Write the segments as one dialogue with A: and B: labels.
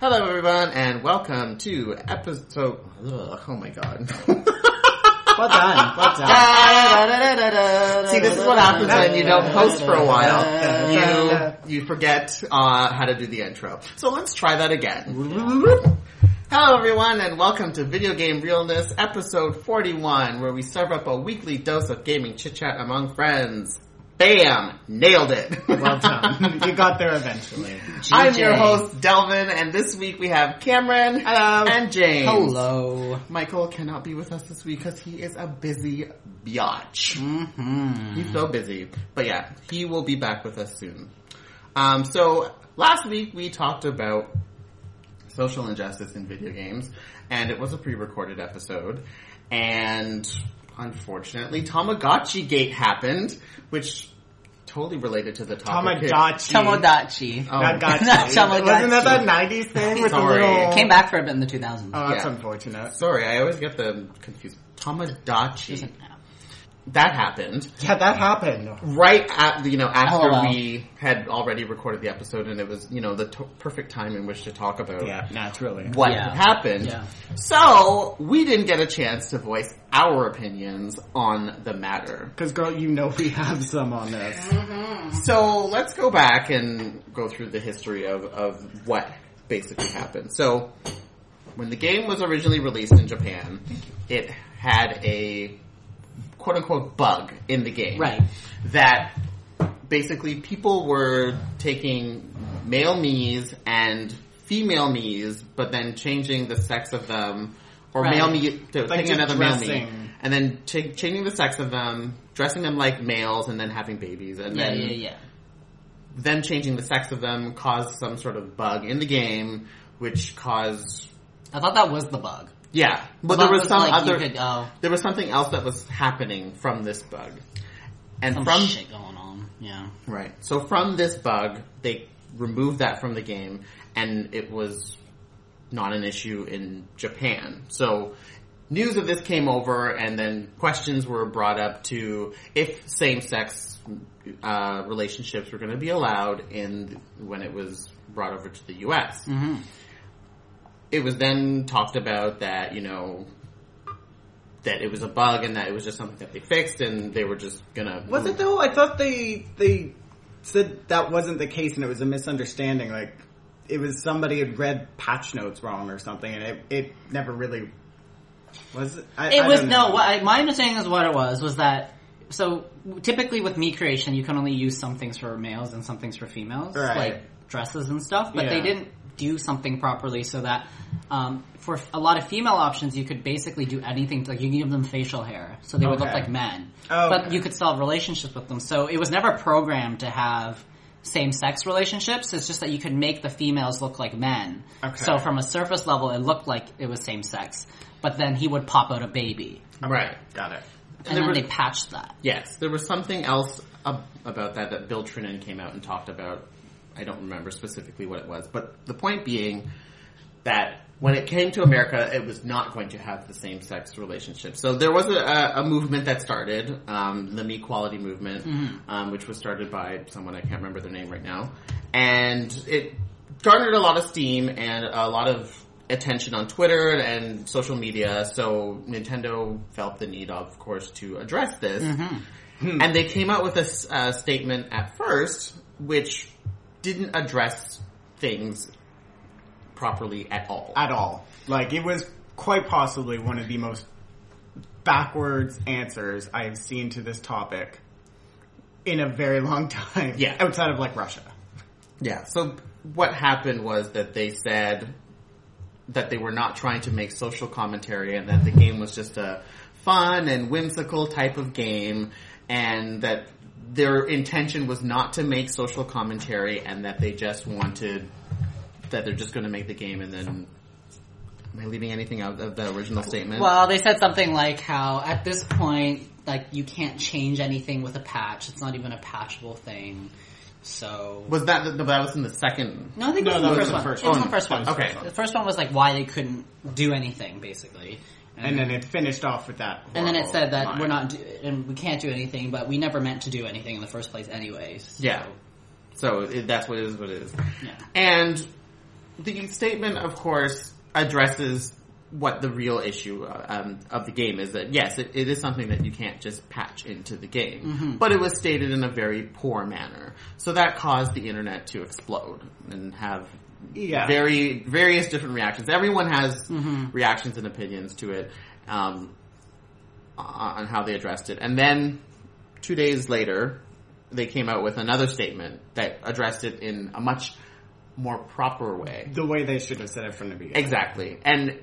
A: Hello, everyone, and welcome to episode. Ugh, oh my god.
B: Well done. Well done.
A: See, this is what happens when you don't post for a while.
B: Yeah.
A: You you forget uh, how to do the intro. So let's try that again. Hello, everyone, and welcome to Video Game Realness, episode 41, where we serve up a weekly dose of gaming chit chat among friends. Bam! Nailed it.
B: Well done. You got there eventually.
A: I'm your host, Delvin, and this week we have Cameron
B: Hello.
A: and James.
B: Hello.
A: Michael cannot be with us this week because he is a busy biatch.
B: Mm-hmm.
A: He's so busy. But yeah, he will be back with us soon. Um, so last week we talked about social injustice in video games, and it was a pre-recorded episode. And unfortunately, Tamagotchi Gate happened, which totally related to the topic. here.
B: Tamagotchi.
C: Tomodachi.
A: Oh.
B: Not gotchi.
C: Not Tamagotchi.
B: Wasn't that that 90s thing with
A: Sorry.
B: the little...
C: Came back for a bit in the 2000s.
B: Oh, that's
A: Yeah.
B: unfortunate.
A: Sorry, I always get them confused. Tamagotchi.
C: Isn't-
A: That happened.
B: Yeah, that happened.
A: right at you know after
C: Oh, wow.
A: we had already recorded the episode and it was you know the t- perfect time in which to talk about
B: Yeah, naturally.
A: what
C: Yeah.
A: had happened
C: Yeah.
A: so we didn't get a chance to voice our opinions on the matter
B: Because, girl, you know we have some on this.
A: so let's go back and go through the history of, of what basically happened so when the game was originally released in japan it had a quote unquote bug in the game
C: Right.
A: that basically people were taking male me's and female me's, but then changing the sex of them, or
C: Right.
A: male me to
B: Like
A: taking
B: just
A: another male me,
B: dressing.
A: and then ch- changing the sex of them, dressing them like males, and then having babies, and
C: Yeah,
A: then
C: yeah, yeah.
A: them changing the sex of them caused some sort of bug in the game, which caused
C: I thought that was the bug.
A: yeah, but
C: The
A: there
C: bug
A: was, some
C: like
A: other
C: You could, oh,
A: there was something else that was happening from this bug, and
C: some
A: from
C: shit going on. Yeah.
A: Right. So from this bug, they removed that from the game, and it was not an issue in Japan. So news of this came over, and then questions were brought up to if same-sex uh, relationships were going to be allowed in when it was brought over to the U.S.
B: Mm-hmm.
C: Mhm.
A: It was then talked about that you know. That it was a bug and that it was just something that they fixed and they were just gonna.
B: Was it, though? I thought they they said that wasn't the case and it was a misunderstanding. Like, it was somebody had read patch notes wrong or something and it, it never really... Was it? I,
C: It
B: I
C: was
B: don't
C: no.
B: know.
C: What I, my understanding is what it was was that. So typically with me creation, you can only use some things for males and some things for females,
B: Right.
C: like dresses and stuff. But they
B: Yeah.
C: didn't do something properly so that um, for a lot of female options, you could basically do anything. Like you can give them facial hair, so they would look
B: Okay.
C: like men.
B: Oh,
C: But
B: okay.
C: you could still have relationships with them. So it was never programmed to have same sex relationships. It's just that you could make the females look like men.
B: Okay.
C: So from a surface level, it looked like it was same sex. But then he would pop out a baby.
A: right?
B: Got it.
A: There
C: And then
A: were-
C: they patched that.
A: Yes, there was something else ab- about that that Bill Trinan came out and talked about. I don't remember specifically what it was, but the point being that when it came to America, it was not going to have the same sex relationship. So there was a, a, a movement that started, um, the Me Equality movement, um, which was started by someone I can't remember their name right now, and it garnered a lot of steam and a lot of attention on Twitter and social media. So Nintendo felt the need, of course, to address this, and they came out with a s- a statement at first, which didn't address things properly at all.
B: at all. Like it was quite possibly one of the most backwards answers I have seen to this topic in a very long time.
A: Yeah.
B: outside of like Russia.
A: Yeah. So what happened was that they said that they were not trying to make social commentary and that the game was just a fun and whimsical type of game and that their intention was not to make social commentary and that they just wanted that they're just going to make the game and then am I leaving anything out of the original statement?
C: Well, they said something like how at this point, like you can't change anything with a patch. It's not even a patchable thing. So
A: was that the, no, that was in the second
C: no, I think it was
B: No,
C: the
B: that was
C: first
B: the
C: one.
B: first
C: It was
B: one.
C: the first one.
A: That was the first one.
C: The first one was like why they couldn't do anything basically.
B: And then it finished off with that.
C: Mm-hmm. And then it
B: horrible
C: said that
B: line.
C: we're not do- and we can't do anything, but we never meant to do anything in the first place, anyways.
A: Yeah. So it, that's what it is. What it is.
C: Yeah.
A: And the statement, of course, addresses what the real issue uh, um, of the game is that yes, it, it is something that you can't just patch into the game, but it was stated in a very poor manner, so that caused the internet to explode and have
B: Yeah.
A: very various different reactions. Everyone has reactions and opinions to it um, on on how they addressed it, and then two days later, they came out with another statement that addressed it in a much more proper way.
B: the way they should have said it from the beginning.
A: Exactly. And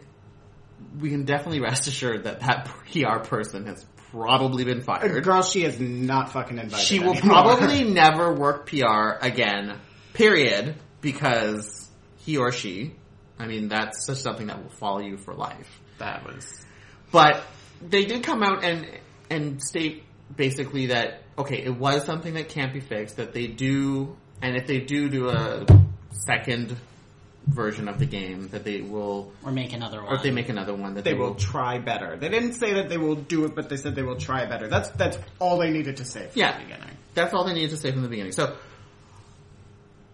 A: we can definitely rest assured that that PR person has probably been fired.
B: Girl, she is not fucking invited.
A: She will
B: anymore.
A: probably never work PR again, period, because he or she, I mean, that's just something that will follow you for life.
B: that was
A: But they did come out and and state basically that okay, it was something that can't be fixed. That they do, and if they do do a second version of the game, that they will,
C: or make another one.
A: or if they make another one, that they,
B: they will
A: will.
B: try better. They didn't say that they will do it, but they said they will try better. That's that's all they needed to say from
A: Yeah.
B: the beginning.
A: That's all they needed to say from the beginning. So.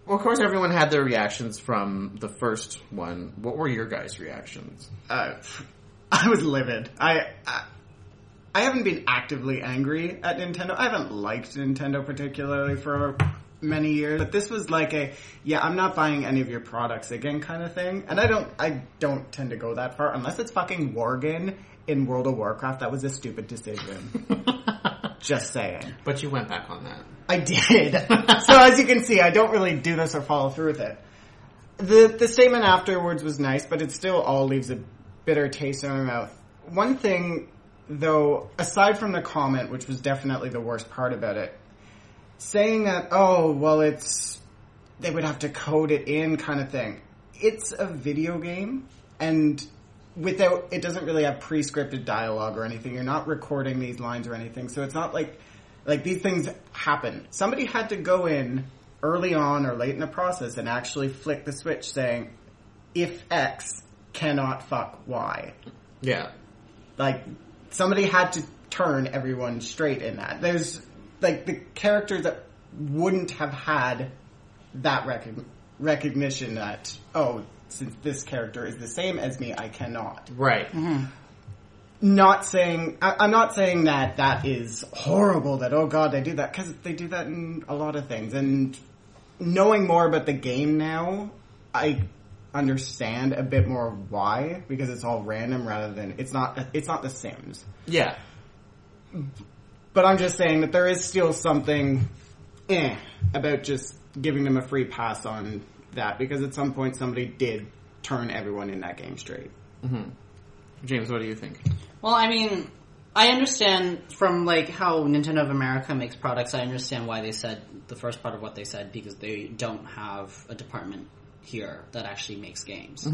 A: Well, of course, everyone had their reactions from the first one. What were your guys' reactions?
B: Uh, I was livid. I, I I haven't been actively angry at Nintendo. I haven't liked Nintendo particularly for many years, but this was like a yeah, I'm not buying any of your products again kind of thing. And I don't I don't tend to go that far unless it's fucking Worgen in World of Warcraft. That was a stupid decision. Just saying.
A: But you went back on that.
B: I did. so as you can see, I don't really do this or follow through with it. The the statement afterwards was nice, but it still all leaves a bitter taste in my mouth. One thing though, aside from the comment, which was definitely the worst part about it, saying that, oh, well it's they would have to code it in kind of thing. It's a video game and without it doesn't really have pre-scripted dialogue or anything. You're not recording these lines or anything. So it's not like like these things happen. Somebody had to go in early on or late in the process and actually flick the switch saying if X cannot fuck Y
A: Yeah.
B: like somebody had to turn everyone straight in that. There's like the character that wouldn't have had that recog recognition that oh, since this character is the same as me, I cannot
A: Right.
C: Mm-hmm.
B: not saying I, I'm not saying that that is horrible. That oh god, they do that because they do that in a lot of things. And knowing more about the game now, I understand a bit more why because it's all random rather than it's not it's not the Sims.
A: Yeah.
B: But I'm just saying that there is still something eh about just giving them a free pass on that because at some point somebody did turn everyone in that game straight.
A: James, what do you think?
C: Well, I mean, I understand from like how Nintendo of America makes products. I understand why they said the first part of what they said because they don't have a department here that actually makes games.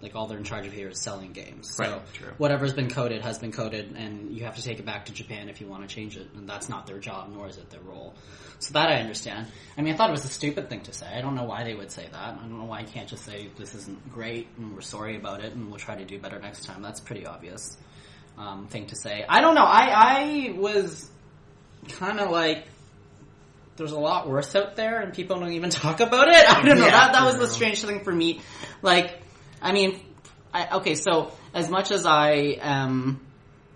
C: Like all they're in charge of here is selling games. So
A: Mm-hmm. Right, true.
C: whatever's been coded has been coded, and you have to take it back to Japan if you want to change it. And that's not their job, nor is it their role. So that I understand. I mean, I thought it was a stupid thing to say. I don't know why they would say that. I don't know why I can't just say this isn't great and we're sorry about it and we'll try to do better next time. That's pretty obvious um, thing to say. I don't know. I I was kind of like there's a lot worse out there, and people don't even talk about it. I don't know.
A: Yeah.
C: that that was the strange thing for me. Like, I mean, I, okay. So as much as I am.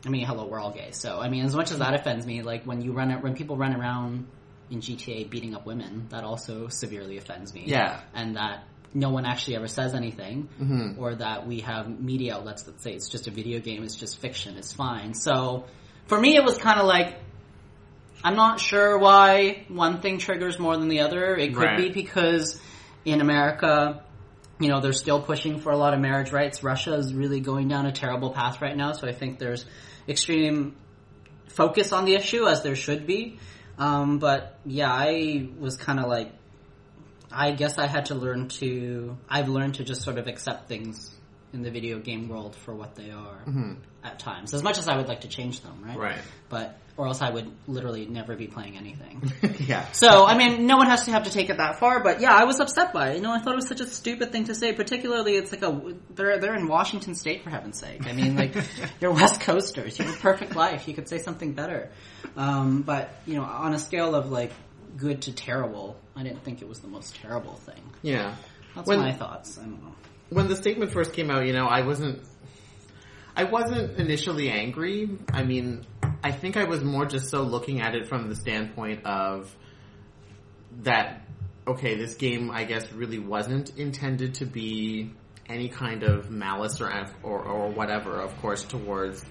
C: I mean, hello, we're all gay. So, I mean, as much as that offends me, like when you run it, when people run around in GTA beating up women, that also severely offends me
A: Yeah. Mm-hmm.
C: and that no one actually ever says anything, or that we have media outlets that say it's just a video game, it's just fiction, it's fine. So for me, it was kind of like I'm not sure why one thing triggers more than the other. It could
A: Right.
C: be because in America, you know, they're still pushing for a lot of marriage rights. Russia is really going down a terrible path right now, so I think there's extreme focus on the issue as there should be. Um, but yeah, I was kind of like, I guess I had to learn to. I've learned to just sort of accept things in the video game world for what they are at times, as much as I would like to change them, right?
A: Right.
C: But or else I would literally never be playing anything.
A: yeah.
C: So, I mean, no one has to have to take it that far, but yeah, I was upset by it. You know, I thought it was such a stupid thing to say, particularly it's like a, they're, they're in Washington state for heaven's sake. I mean, like, you're West Coasters, you have a perfect life, you could say something better. Um, but, you know, on a scale of like good to terrible, I didn't think it was the most terrible thing.
A: Yeah.
C: That's
A: When-
C: my thoughts. I don't know.
A: when the statement first came out, you know, I wasn't, I wasn't initially angry. I mean, I think I was more just so looking at it from the standpoint of that, okay, this game, I guess, really wasn't intended to be any kind of malice or, or, or whatever, of course, towards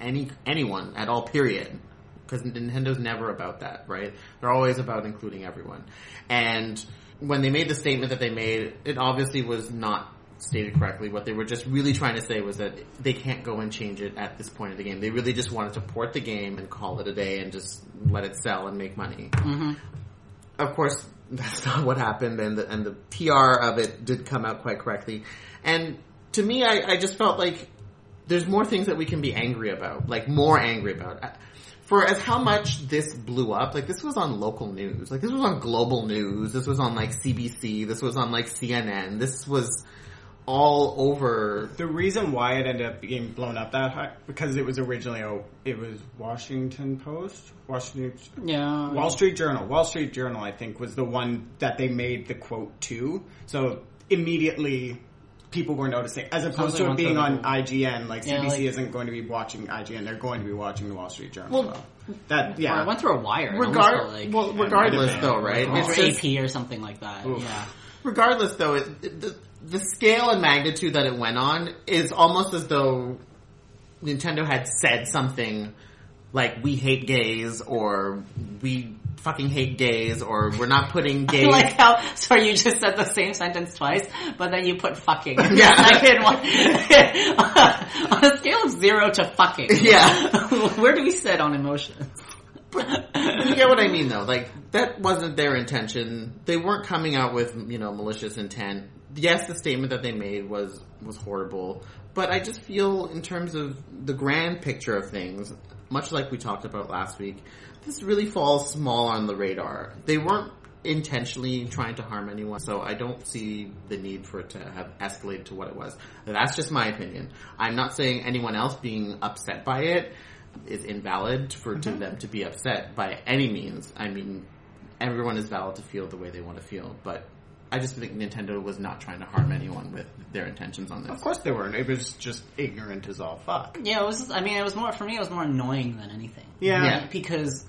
A: any, anyone at all, period. Because Nintendo's never about that, right? They're always about including everyone. And when they made the statement that they made, it obviously was not stated correctly. What they were just really trying to say was that they can't go and change it at this point of the game. They really just wanted to port the game and call it a day and just let it sell and make money. Of course, that's not what happened, and the, and the PR of it did come out quite correctly. And to me, I, I just felt like there's more things that we can be angry about, like more angry about. I- For as how much this blew up, like this was on local news, like this was on global news, this was on like CBC, this was on like CNN, this was all over.
B: The reason why it ended up being blown up that high because it was originally a it was Washington Post, Washington
C: Yeah.
B: Wall Street Journal. Wall Street Journal, I think, was the one that they made the quote to. So immediately people were noticing, as opposed
C: like
B: to it
C: once
B: being
C: other
B: on
C: people-
B: IGN. Like
C: Yeah,
B: CBC
C: like-
B: isn't going to be watching IGN; they're going to be watching the Wall Street Journal.
A: Well,
B: though. that
C: Or
B: yeah,
C: it went through a wire. It almost
A: Regard-
C: felt like,
A: well,
B: yeah,
A: regardless
B: might have
A: though,
B: been.
A: right?
C: or
A: It's just-
C: AP or something like that.
B: Oof.
C: Yeah.
A: regardless though it, it- the, the scale and magnitude that it went on is almost as though nintendo had said something like we hate gays or we fucking hate gays or we're not putting gays
C: like how sorry you just said the same sentence twice, but then you put fucking.
A: Yeah.
C: I can one on a scale of zero to fucking.
A: yeah
C: Where do we sit on emotions?
A: you get what i mean though like that wasn't their intention they weren't coming out with you know malicious intent yes the statement that they made was was horrible but i just feel in terms of the grand picture of things much like we talked about last week this really falls small on the radar they weren't intentionally trying to harm anyone so i don't see the need for it to have escalated to what it was that's just my opinion i'm not saying anyone else being upset by it is invalid for to them to be upset by any means i mean everyone is valid to feel the way they want to feel but i just think nintendo was not trying to harm anyone with their intentions on this
B: of course they weren't. It was just ignorant as all fuck.
C: Yeah, it was. I mean, it was more for me. It was more annoying than anything.
B: Yeah.
A: Yeah.
C: because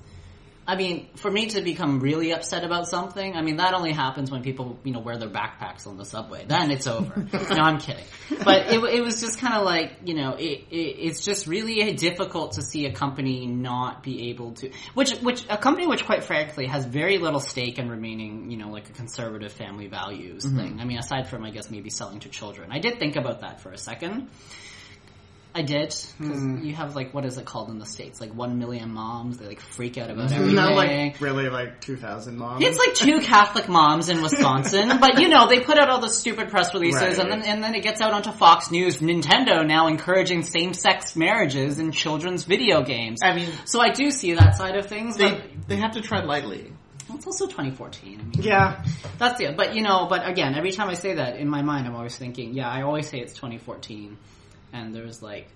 C: I mean, for me to become really upset about something, I mean, that only happens when people, you know, wear their backpacks on the subway. Then it's over. no, I'm kidding. But it, it was just kind of like, you know, it, it, it's just really difficult to see a company not be able to, which, which, a company which quite frankly has very little stake in remaining, you know, like a conservative family values thing. I mean, aside from, I guess, maybe selling to children. I did think about that for a second. I did. 'cause
B: Hmm.
C: You have like what is it called in the states? Like one million moms. They like freak out about everything.
B: Not like really like two thousand moms.
C: it's like two Catholic moms in Wisconsin, but you know they put out all the stupid press releases,
B: Right.
C: and then and then it gets out onto Fox News. Nintendo now encouraging same-sex marriages in children's video games.
A: i mean
C: so I do see that side of things.
A: they,
C: but
A: they have to tread lightly
C: it's also 2014. I mean,
B: yeah,
C: that's it. But you know, but again, every time I say that in my mind, I'm always thinking, yeah, I always say it's 2014, and there's like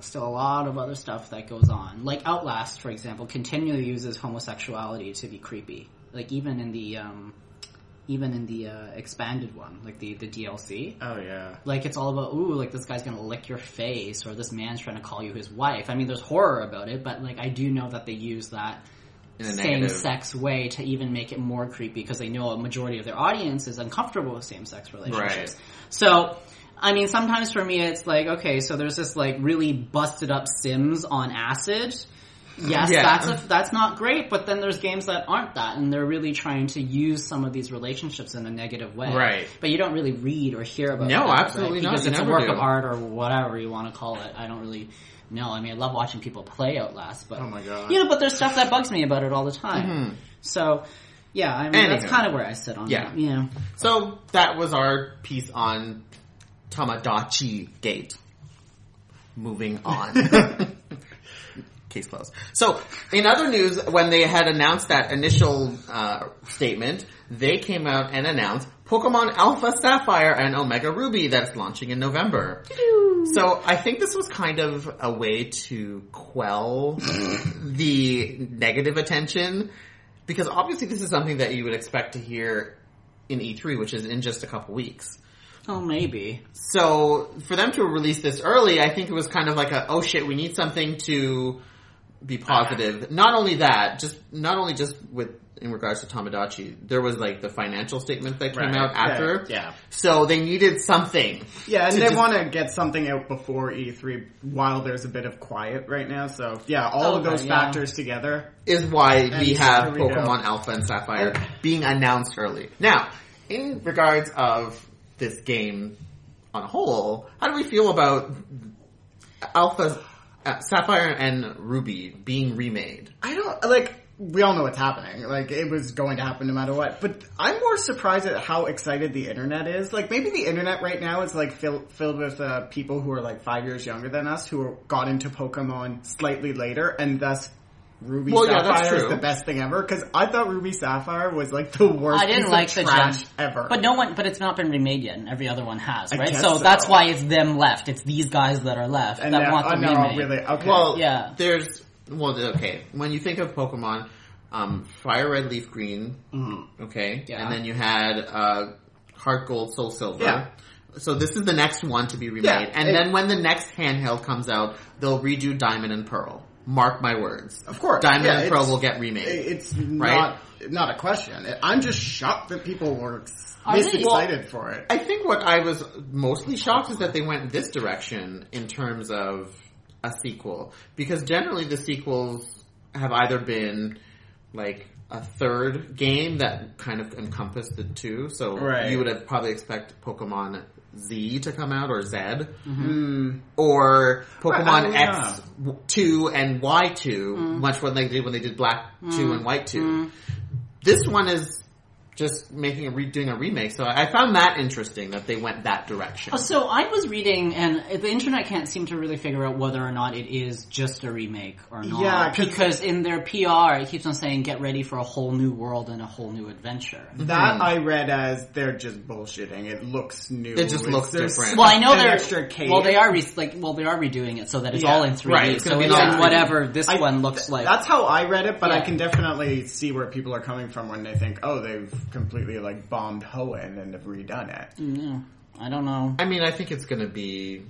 C: still a lot of other stuff that goes on. Like Outlast, for example, continually uses homosexuality to be creepy. Like even in the um, even in the uh, expanded one, like the the DLC.
B: oh yeah.
C: Like it's all about ooh, like this guy's gonna lick your face, or this man's trying to call you his wife. I mean, there's horror about it, but like I do know that they use that
A: in a
C: same
A: negative
C: sex way to even make it more creepy because they know a majority of their audience is uncomfortable with same sex
A: Right.
C: relationships. So, I mean, sometimes for me it's like, okay, so there's this like really busted up Sims on acid. Yes,
A: Yeah.
C: that's a, that's not great, but then there's games that aren't that, and they're really trying to use some of these relationships in a negative way.
A: Right.
C: But you don't really read or hear about.
A: No,
C: that, right?
A: absolutely not.
C: because
A: You
C: it's
A: never
C: a work
A: do.
C: of art or whatever you want to call it. I don't really know. I mean, I love watching people play Outlast, but
B: Oh my God.
C: you know, but there's stuff that bugs me about it all the time.
B: Mm-hmm.
C: So, yeah, I mean, that's
A: Anyhow.
C: kind of where I sit on
A: Yeah.
C: that. You know,
A: So that was our piece on Tamagotchi Gate. Moving on. Case closed. So, in other news, when they had announced that initial uh, statement, they came out and announced Pokemon Alpha Sapphire and Omega Ruby that's launching in November. So, I think this was kind of a way to quell the negative attention because obviously this is something that you would expect to hear in E3, which is in just a couple weeks.
C: Oh, maybe.
A: So for them to release this early, I think it was kind of like a oh shit, we need something to be positive. Not only that, just not only just with in regards to Tomodachi, there was like the financial statement that came
B: Right.
A: out after.
B: Yeah.
A: So they needed something.
B: Yeah, and
A: to
B: they
A: just-
B: want to get something out before E3 while there's a bit of quiet right now. So yeah, all
C: Oh,
B: of those
C: right, yeah.
B: factors together.
A: is why we
B: so
A: have
B: here we go.
A: Pokemon Alpha and Sapphire being announced early. Now, in regards of this game on a whole, how do we feel about Alpha, uh, Sapphire, and Ruby being remade?
B: I don't like. We all know what's happening. Like it was going to happen no matter what. But I'm more surprised at how excited the internet is. Like maybe the internet right now is like fill, filled with uh, people who are like five years younger than us who got into Pokemon slightly later, and thus Ruby
A: Well, yeah,
B: Sapphire
A: that's
B: is
A: true.
B: the best thing ever. Because I thought Ruby Sapphire was like the worst.
C: I didn't
B: piece
C: like
B: of
C: the
B: trash
C: gem.
B: ever.
C: But no one, but it's not been remade yet, and every other one has, right?
B: guess
C: So,
B: so.
C: that's why it's them left. It's these guys that are left
B: and
C: that
B: now,
C: want the
B: oh, no,
C: remake.
B: really. Okay.
A: Well,
C: Yeah.
A: There's well, the- okay. When you think of Pokemon, um, Fire Red, Leaf Green, okay,
C: Yeah.
A: and then you had uh, Heart Gold, Soul Silver.
B: Yeah.
A: So this is the next one to be remade,
B: Yeah,
A: and
B: it-
A: then when the next handheld comes out, they'll redo Diamond and Pearl. Mark my words.
B: Of course,
A: Diamond
B: yeah,
A: and Pearl
B: it's-
A: will get remade.
B: It's
A: Right?
B: not not a question. I'm just shocked that people were
C: Are
B: this
C: they-
B: excited for it.
A: I think what I was mostly shocked is that they went this direction in terms of a sequel. Because generally the sequels have either been like a third game that kind of encompassed the two. So
B: Right.
A: you would have probably expect Pokemon Z to come out or Z. Or Pokemon
B: Well, yeah.
A: X two and Y two, much what they did when they did Black two and White two. This one is just making a re- doing a remake. So I found that interesting that they went that direction.
C: Oh, So I was reading, and the internet can't seem to really figure out whether or not it is just a remake or not.
B: Yeah, 'cause-
C: because in their PR, it keeps on saying "get ready for a whole new world and a whole new adventure."
A: Hmm.
B: That I read as they're just bullshitting. It looks new.
A: It just looks
B: There's
A: different.
C: Well, I know
B: an
C: they're
B: extra cave.
C: well, they are re- like well, they are redoing it so that it's
B: Yeah.
C: all in three
A: Right,
C: D.
A: it's
C: So
A: gonna be
C: it's
A: all
C: in
A: 3D.
C: whatever this
B: I-
C: one looks like.
B: That's how I read it, but I
C: Yeah.
B: can definitely see where people are coming from when they think, "Oh, they've completely like bombed Hoa and then have redone it."
C: Mm, Yeah. I don't know.
A: I mean, I think it's going to be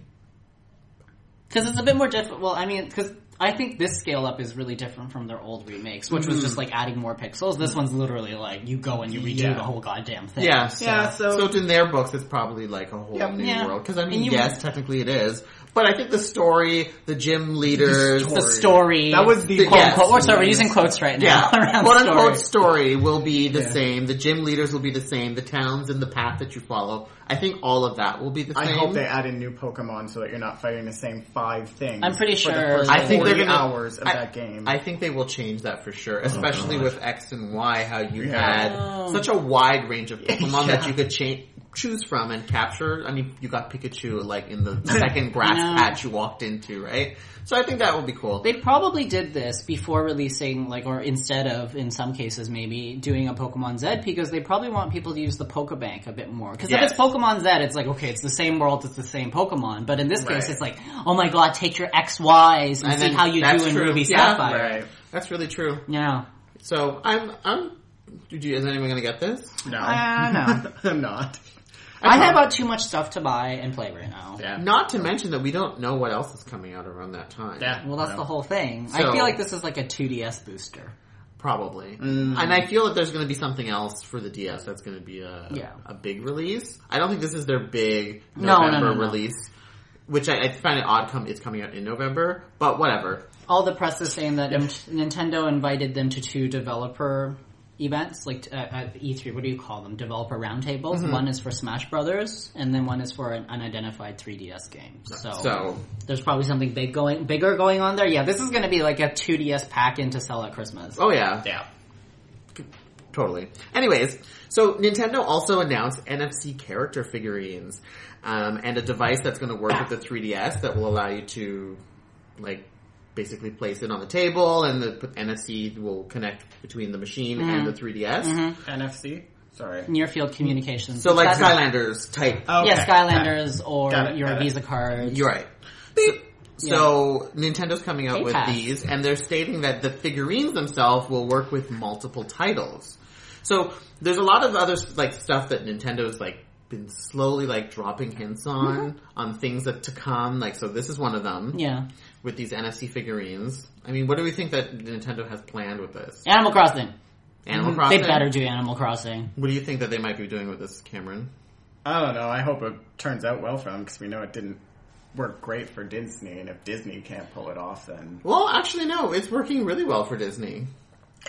C: Because it's a bit more different. Well, I mean, because I think this scale up is really different from their old remakes, which was just like adding more pixels. This one's literally like you go and you redo
B: Yeah.
C: the whole goddamn thing.
A: yeah.
B: Yeah, so-
A: in their books, it's probably like a whole
B: Yep.
A: new
C: Yeah.
A: world. Because I mean,
C: And you-
A: yes, technically it is, but I think the story, the gym leaders,
C: The story.
B: That was the
A: The-
C: quote
A: yeah.
C: unquote. Or sorry, we're using quotes right now.
A: yeah,
C: around
A: quote unquote
C: story.
A: story will be the
B: Yeah.
A: same. The gym leaders will be the same. The towns and the path that you follow. I think all of that will be the
B: I
A: same.
B: hope they add in new Pokemon so that you're not fighting the same five things.
C: I'm pretty
B: for the
C: sure-
B: first
A: I think they're
B: 40
A: gonna
B: hours of
A: I,
B: that game.
A: I think they will change that for sure, especially with X and Y, how you
B: Oh, Yeah.
A: had
C: Oh.
A: such a wide range of Pokemon that
B: Yeah.
A: you could cha- choose from and capture. I mean, you got Pikachu like in the second grass
C: know.
A: patch you walked into, right? So I think that will be cool.
C: They probably did this before releasing, like, or instead of, in some cases, maybe doing a Pokemon Z because they probably want people to use the Pokebank a bit more. Because
A: Yes.
C: if it's Pokemon Z, it's like, okay, it's the same world, it's the same Pokemon. But in this
A: Right.
C: case, it's like, oh my god, take your XYs and,
A: And
C: see
A: then-
C: how you
A: that's
C: do in
A: true.
C: Ruby
A: Yeah,
C: Sapphire.
B: right.
A: That's really true.
C: Yeah.
A: So I'm, I'm. Did you, is anyone going to get this?
B: No,
C: Uh, no.
B: I'm not.
C: I have about too much stuff to buy and play right now.
B: Yeah.
A: Not to mention that we don't know what else is coming out around that time.
B: Yeah.
C: Well, that's
B: No.
C: the whole thing.
A: So-
C: I feel like this is like a 2DS booster.
A: Probably.
C: Mm-hmm.
A: And I feel that there's going to be something else for the DS that's going to be a
C: Yeah.
A: a big release. I don't think this is their big
C: No, no,
A: November
C: no, no.
A: release, which I, I find it odd come it's coming out in November, but whatever.
C: all the press is saying that um, Nintendo invited them to two developer events, like uh, at E3. What do you call them? Developer roundtables. One is for Smash Brothers, and then one is for an unidentified 3DS game. So,
A: So
C: there's probably something big going, bigger going on there. Yeah, this is going to be like a 2DS pack in to sell at Christmas.
A: oh yeah,
B: Yeah.
A: totally. Anyways, so Nintendo also announced NFC character figurines um, and a device that's going to work with the 3DS that will allow you to like basically place it on the table and the NFC will connect between the machine and
C: Mm-hmm.
A: the 3DS.
B: NFC. Sorry.
C: Near field communications.
A: So like
C: That's-
A: Skylanders type.
B: Oh,
C: yeah,
B: okay.
C: Skylanders or
B: Got it,
C: your
B: got it.
C: Visa card.
A: You're right. So Nintendo's coming out
C: Game
A: with
C: Pass.
A: these, and they're stating that the figurines themselves will work with multiple titles. So there's a lot of other like stuff that Nintendo's like been slowly like dropping hints on on things that to come. Like so, this is one of them
C: Mm-hmm. Yeah.
A: with these NFC figurines. I mean, what do we think that Nintendo has planned with this?
C: Animal Crossing.
A: Animal Crossing.
C: They better do Animal Crossing.
A: What do you think that they might be doing with this, Cameron?
B: I don't know. I hope it turns out well for them because we know it didn't work great for Disney, and if Disney can't pull it off, then
A: Well, actually, no. It's working really well for Disney.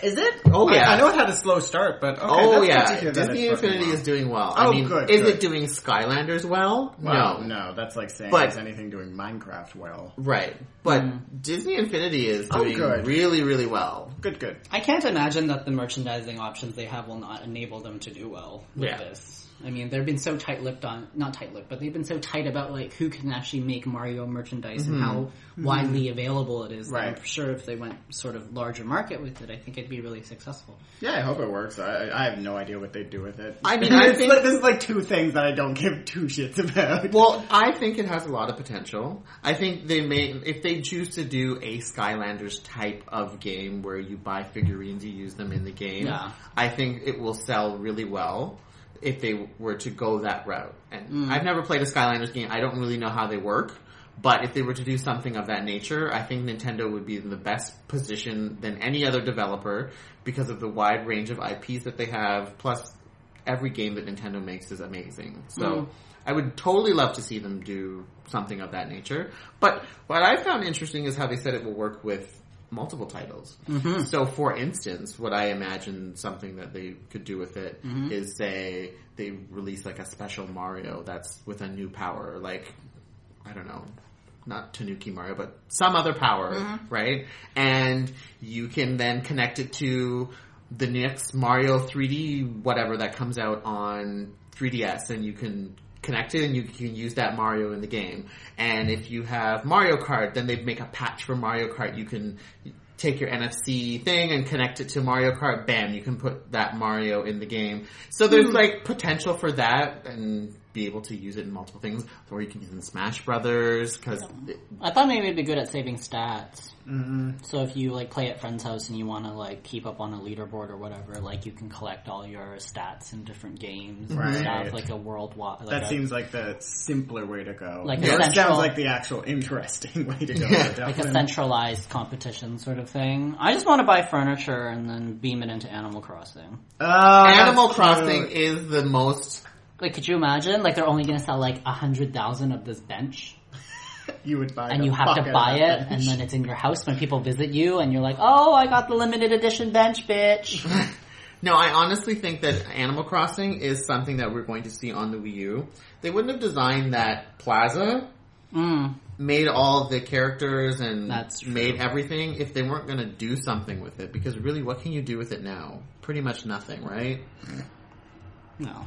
B: is it?
A: Oh,
B: I-
A: yeah.
B: I, know it had a slow start, but okay,
A: oh yeah,
B: that's good to hear that
A: Disney
B: it's working
A: Infinity
B: well.
A: is doing well. I
B: Oh,
A: mean,
B: good,
A: is
B: good.
A: it doing Skylanders well?
B: Well,
A: no,
B: no, that's like saying
A: But-
B: there's anything doing Minecraft well.
A: Right. But Disney Infinity is
B: Mm. Oh,
A: doing
B: good.
A: really, really well.
B: Good, good.
C: I can't imagine that the merchandising options they have will not enable them to do well with
A: Yeah.
C: this. I mean, they've been so tight-lipped on not tight-lipped, but they've been so tight about like who can actually make Mario merchandise and how widely available it is. that I'm
B: Mm-hmm. Right.
C: sure if they went sort of larger market with it, I think it'd be really successful.
B: Yeah, I hope it works. I, I have no idea what they do with it.
A: I mean, I
B: It's
A: think-
B: like- this is like two things that I don't give two shits about.
A: Well, I think it has a lot of potential. I think they may, if they choose to do a Skylanders type of game where you buy figurines, you use them in the game,
C: Yeah.
A: I think it will sell really well if they were to go that route. And I've never played a Skylanders game. I don't really know how they work. But if they were to do something of that nature, I think Nintendo would be in the best position than any other developer because of the wide range of IPs that they have, plus every game that Nintendo makes is amazing. So I would totally love to see them do something of that nature. But what I found interesting is how they said it will work with multiple titles. So for instance, what I imagine something that they could do with it is say they release like a special Mario that's with a new power, like I don't know, not Tanuki Mario, but some other power, right? And you can then connect it to the next Mario 3D, whatever that comes out on 3DS, and you can connect it and you can use that Mario in the game. And if you have Mario Kart, then they make a patch for Mario Kart. You can take your NFC thing and connect it to Mario Kart. Bam, you can put that Mario in the game. So there's like potential for that and be able to use it in multiple things, or you can use it in Smash Brothers because
C: I thought maybe it'd be good at saving stats.
B: Mm-hmm.
C: mm So if you like play at friend's house and you want to like keep up on a leaderboard or whatever, like you can collect all your stats in different games
B: Right.
C: and stuff, like a worldwide. Like
B: That
C: a,
B: seems like the simpler way to go.
C: Like
B: yeah, it
C: essential-
B: sounds like the actual interesting way to go.
C: like
B: definitely.
C: a centralized competition sort of thing. I just want to buy furniture and then beam it into Animal Crossing.
B: Oh,
A: Animal
B: that's
A: Crossing
B: cute.
A: is the most.
C: Like, could you imagine? Like, they're only going to sell like a hundred thousand of this bench,
B: You would buy
C: and
B: the
C: you have
B: fuck
C: to
B: out
C: buy
B: of
C: it,
B: that
C: and
B: thing.
C: then it's in your house when people visit you, and you're like, "Oh, I got the limited edition bench, bitch."
A: No, I honestly think that Animal Crossing is something that we're going to see on the Wii U. They wouldn't have designed that plaza,
C: Mm.
A: made all the characters, and
C: That's true.
A: made everything if they weren't going to do something with it. Because really, what can you do with it now? Pretty much nothing, right?
C: No.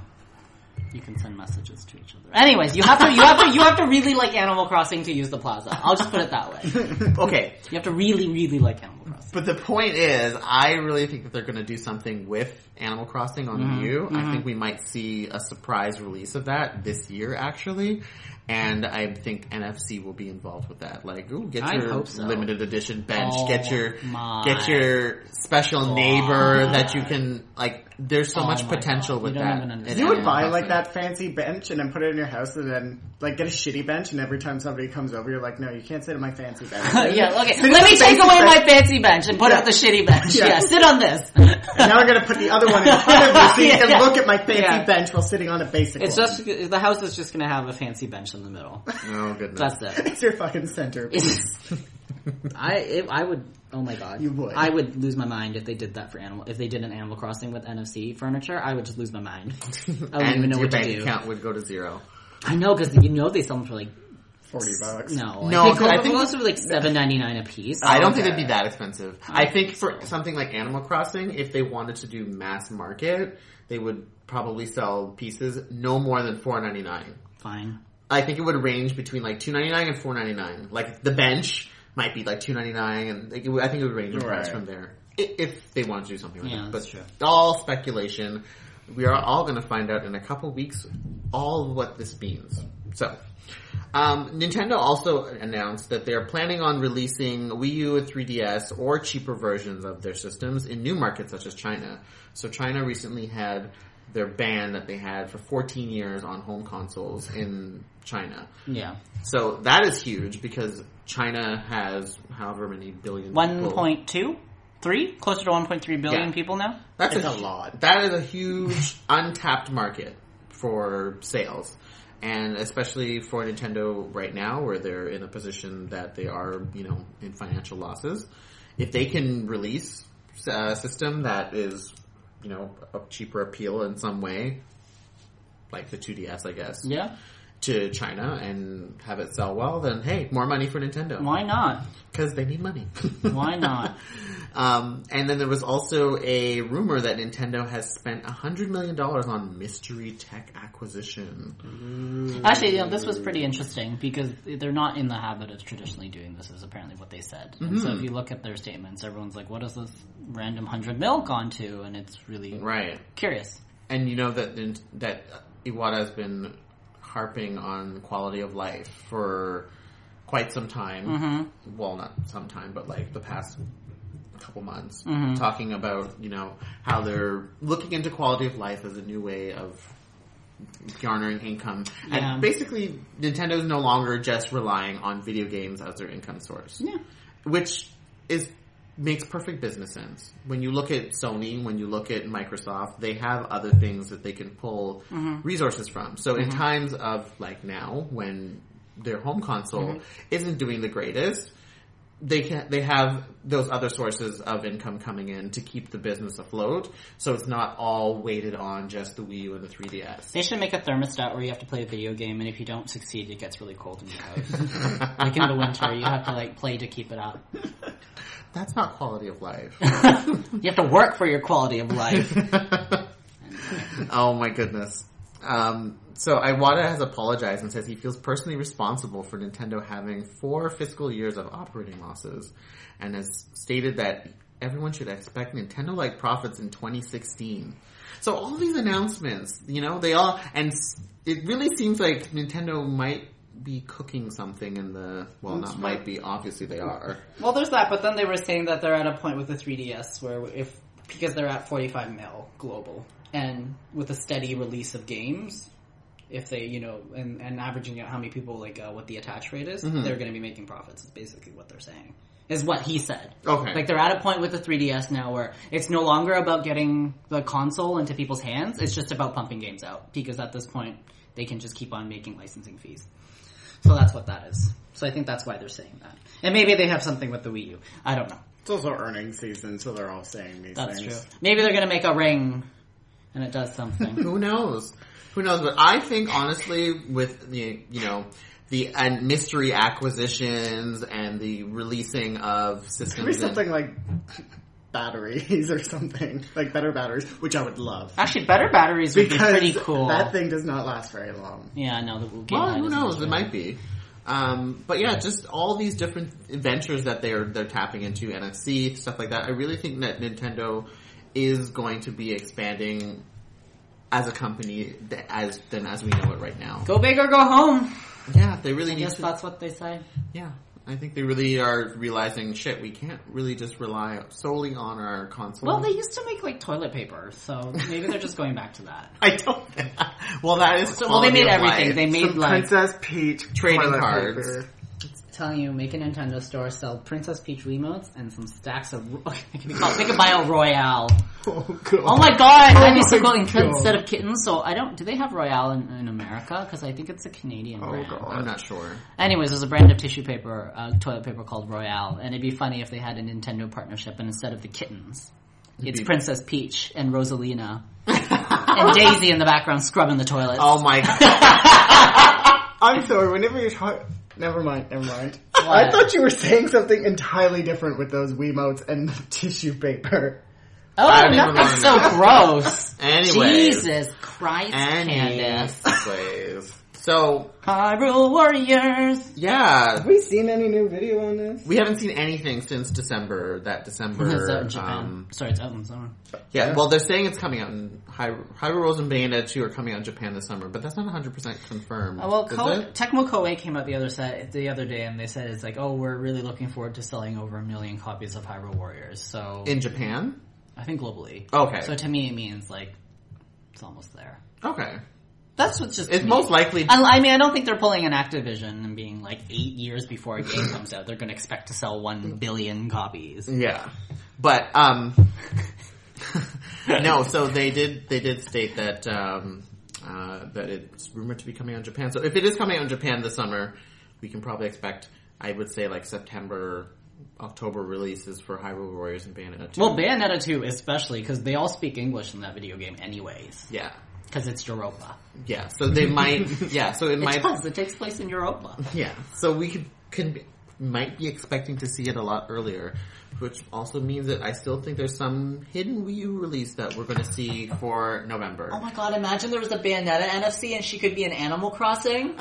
C: You can send messages to each other. Anyways, you have to you have to you have to really like Animal Crossing to use the plaza. I'll just put it that way. You
A: okay,
C: have to really really like Animal Crossing.
A: But the point is, I really think that they're going to do something with Animal Crossing on
C: Mm-hmm.
A: the U. I think we might see a surprise release of that this year, actually. And I think NFC will be involved with that. Like, ooh, get
C: I
A: your
C: hope so.
A: limited edition bench,
C: Oh
A: get your
C: my
A: get your special neighbor
C: God.
A: that you can like. There's so
C: Oh
A: much
C: my
A: potential
C: God.
A: with
C: You don't
A: that.
C: even understand.
A: in
B: You would
A: Animal
B: buy like
A: Crossing.
B: that fancy bench and then put it in your house and then like get a shitty bench and every time somebody comes over you're like, no, you can't sit on my fancy bench.
C: yeah, okay.
B: Sit on
C: Let
B: the
C: me take
B: fancy
C: away
B: bench.
C: my fancy bench and put up the shitty bench.
B: Yeah.
C: Yeah, sit on this.
B: Now we're gonna put the other one in front of you so you
C: Yeah,
B: can
C: yeah.
B: look at my fancy
C: Yeah.
B: bench while sitting on a basic
C: It's
B: one.
C: just the house is just gonna have a fancy bench in the middle.
A: Oh goodness.
C: That's it.
B: it's your fucking center.
C: I it, I would oh my god
B: You would.
C: I would lose my mind if they did that for animal if they did an Animal Crossing with NFC furniture I would just lose my mind I wouldn't
A: and
C: even know
A: your
C: what to
A: bank
C: do
A: account would go to zero.
C: I know because you know they sell them for like
B: Forty bucks.
C: No,
A: No,
C: I think,
A: I
C: I
A: think-
C: those are like seven ninety nine a piece.
A: I don't think
B: Okay.
A: it'd be that expensive. I think for something like Animal Crossing, if they wanted to do mass market, they would probably sell pieces no more than four ninety nine.
C: Fine.
A: I think it would range between like two ninety nine and four ninety nine. Like the bench might be like two ninety nine, and like, it would- I think it would range in price
B: Right.
A: from there i- if they wanted to do something like
C: Yeah,
A: that.
C: that's
A: But
C: true.
A: all speculation. We are all going to find out in a couple weeks all what this means. So, Um, Nintendo also announced that they're planning on releasing Wii U and 3DS or cheaper versions of their systems in new markets such as China. So China recently had their ban that they had for 14 years on home consoles in China.
C: Yeah.
A: So that is huge because China has however many billion
C: One
A: people.
C: point two, three, closer to one point three billion
A: Yeah.
C: people now.
A: That's
B: It's a
A: hu-
B: lot.
A: That is a huge untapped market for sales. And especially for Nintendo right now, where they're in a position that they are, you know, in financial losses. If they can release uh, a system that is, you know, a cheaper appeal in some way, like the 2DS, I guess,
C: Yeah.
A: to China and have it sell well, then hey, more money for Nintendo.
C: Why not?
A: Because they need money.
C: Why not?
A: Um, and then there was also a rumor that Nintendo has spent $100 million on mystery tech acquisition.
C: Mm-hmm. Actually, you know, this was pretty interesting because they're not in the habit of traditionally doing this. Is apparently what they said. And so if you look at their statements, everyone's like, "What is this random hundred mil gone to?" And it's really
A: Right.
C: curious.
A: And you know that nin- that Iwata has been harping on quality of life for quite some time.
C: Mm-hmm.
A: Well, not some time, but like the past couple months,
C: Mm-hmm.
A: talking about you know how they're looking into quality of life as a new way of garnering income,
C: Yeah.
A: and basically Nintendo's no longer just relying on video games as their income source
C: Yeah.
A: which is makes perfect business sense. When you look at Sony, when you look at Microsoft, they have other things that they can pull resources from. So in times of like now, when their home console isn't doing the greatest, they can they have those other sources of income coming in to keep the business afloat. So it's not all weighted on just the Wii U and the 3DS.
C: They should make a thermostat where you have to play a video game, and if you don't succeed, it gets really cold in your house. like in the winter, you have to like play to keep it up.
A: That's not quality of life.
C: You have to work for your quality of life.
A: Oh my goodness. Um, so Iwata has apologized and says he feels personally responsible for Nintendo having four fiscal years of operating losses and has stated that everyone should expect Nintendo-like profits in 2016. So all these announcements, you know, they all, and s- it really seems like Nintendo might be cooking something in the, well not might be, obviously they are.
C: well, there's that, but then they were saying that they're at a point with the 3DS where if because they're at 45 mil global, and with a steady release of games, if they you know and, and averaging out how many people like uh, what the attach rate is, they're going to be making profits. Is basically what they're saying is what he said.
A: Okay.
C: Like they're at a point with the 3DS now where it's no longer about getting the console into people's hands. It's just about pumping games out because at this point they can just keep on making licensing fees. So that's what that is. So I think that's why they're saying that. And maybe they have something with the Wii U. I don't know.
B: It's also earnings season, so they're all saying these
C: That's
B: things.
C: true. Maybe they're gonna make a ring and it does something.
A: Who knows? Who knows? But I think honestly, with the you know the and mystery acquisitions and the releasing of systems,
B: Maybe
A: and-
B: something like batteries or something. Like better batteries, which I would love.
C: Actually, better batteries would
B: Because
C: be pretty cool.
B: that thing does not last very long.
C: yeah, no, the game
A: well,
C: line
A: who
C: isn't
A: knows?
C: as
A: It
C: good.
A: might be. Um, but yeah, just all these different ventures that they're they're tapping into NFC stuff like that. I really think that Nintendo is going to be expanding as a company th- as than as we know it right now.
C: Go big or go home.
A: Yeah, they really
C: I
A: need
C: guess
A: to.
C: that's what they say.
A: Yeah, I think they really are realizing shit. We can't really just rely solely on our console.
C: Well, they used to make like toilet paper, so maybe they're just going back to that.
A: I don't. well, that is
C: well, they
A: quality
C: made
A: of
C: everything.
A: life.
C: They made
B: Some
C: like
B: Princess Peach
A: Trading
B: toilet
A: cards.
B: paper.
C: telling you, make a Nintendo store, sell Princess Peach Wiimotes and some stacks of. They could, be called, they could buy a Royale.
B: Oh, God.
C: Oh my god, that'd be so
B: my
C: cool in-
B: God.
C: instead of kittens. So I don't. Do they have Royale in, in America? Because I think it's a Canadian brand.
B: Oh, God.
A: I'm not sure.
C: Anyways, there's a brand of tissue paper, uh, toilet paper called Royale, and it'd be funny if they had a Nintendo partnership, and instead of the kittens, it's
A: be-
C: Princess Peach and Rosalina and Daisy in the background scrubbing the toilets.
A: Oh my god!
B: I'm sorry, whenever you're talking. Never mind, never mind.
C: What?
B: I thought you were saying something entirely different with those Wiimotes and the tissue paper.
C: Oh,
A: I don't even
C: that's so
A: wanna
C: gross.
A: Anyways,
C: Jesus Christ,
A: anyways,
C: Candace.
A: anyways. So
C: Hyrule Warriors.
A: yeah,
B: Have we seen any new video on this?
A: we haven't seen anything since December. That
C: It's out
A: December.
C: in Japan.
A: um,
C: Sorry, it's out in summer.
A: yeah,
B: Yeah.
A: well, they're saying it's coming out in Hyru- Hyrule Rose and Bayonetta two are coming out in Japan this summer, but that's not one hundred percent confirmed.
C: Uh, well,
A: is
C: Ko-
A: it?
C: Tecmo Koei came out the other set the other day, and they said it's like, oh, we're really looking forward to selling over a million copies of Hyrule Warriors. So
A: in Japan?
C: I think globally.
A: Okay,
C: So to me, it means like it's almost there.
A: okay.
C: That's what's just.
A: It's
C: me.
A: most likely
C: I, I mean, I don't think they're pulling an Activision and being like eight years before a game comes out, they're going to expect to sell one billion copies.
A: Yeah, but um, no. So they did. They did state that um, uh, that it's rumored to be coming out in Japan. So if it is coming out in Japan this summer, we can probably expect. I would say like September, October releases for Hyrule Warriors and Bayonetta 2.
C: Well, Bayonetta 2 especially, because they all speak English in that video game anyways,
A: yeah,
C: because it's Europa.
A: yeah. So they might. Yeah. So it
C: It
A: might.
C: does, it takes place in Europa.
A: Yeah. So we could can might be expecting to see it a lot earlier, which also means that I still think there's some hidden Wii U release that we're going to see for November.
C: Oh my god, imagine there was a Bayonetta NFC and she could be in Animal Crossing.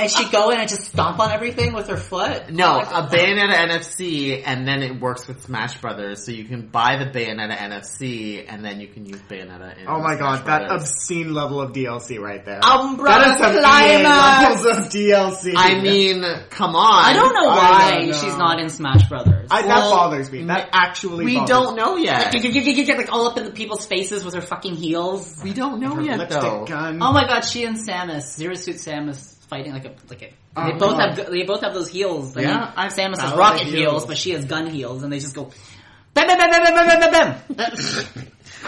C: and she'd go in and just stomp on everything with her foot.
A: No,
C: Oh my
A: a
C: God.
A: Bayonetta NFC, and then it works with Smash Brothers, so you can buy the Bayonetta NFC, and then you can use Bayonetta. In
B: Oh my
A: Smash
B: god, that
A: Brothers.
B: obscene level of DLC right there.
C: Umbrella
B: that is some EA
C: Climber!
B: levels of DLC.
A: I mean, come on.
C: I don't know
B: I
C: why
B: don't know.
C: she's not in Smash Brothers.
B: I, that
A: Well,
B: bothers me. That actually
A: We
B: bothers
A: don't
B: me.
A: know yet.
C: Get, get, get, get, get, like all up in the people's faces with her fucking heels.
A: We don't know
B: Her
A: yet,
B: lipstick
A: though.
B: gun.
C: Oh my god, she and Samus, Zero Suit Samus, fighting like a like a.
B: Oh,
C: they both
B: God.
C: have go- they both have those heels. I
A: Yeah,
C: mean,
A: I've
C: Samus has
B: found
C: rocket
B: the
C: heels.
B: heels.
C: but she has gun heels, and they just go. Bam, bam, bam, bam, bam, bam, bam, bam.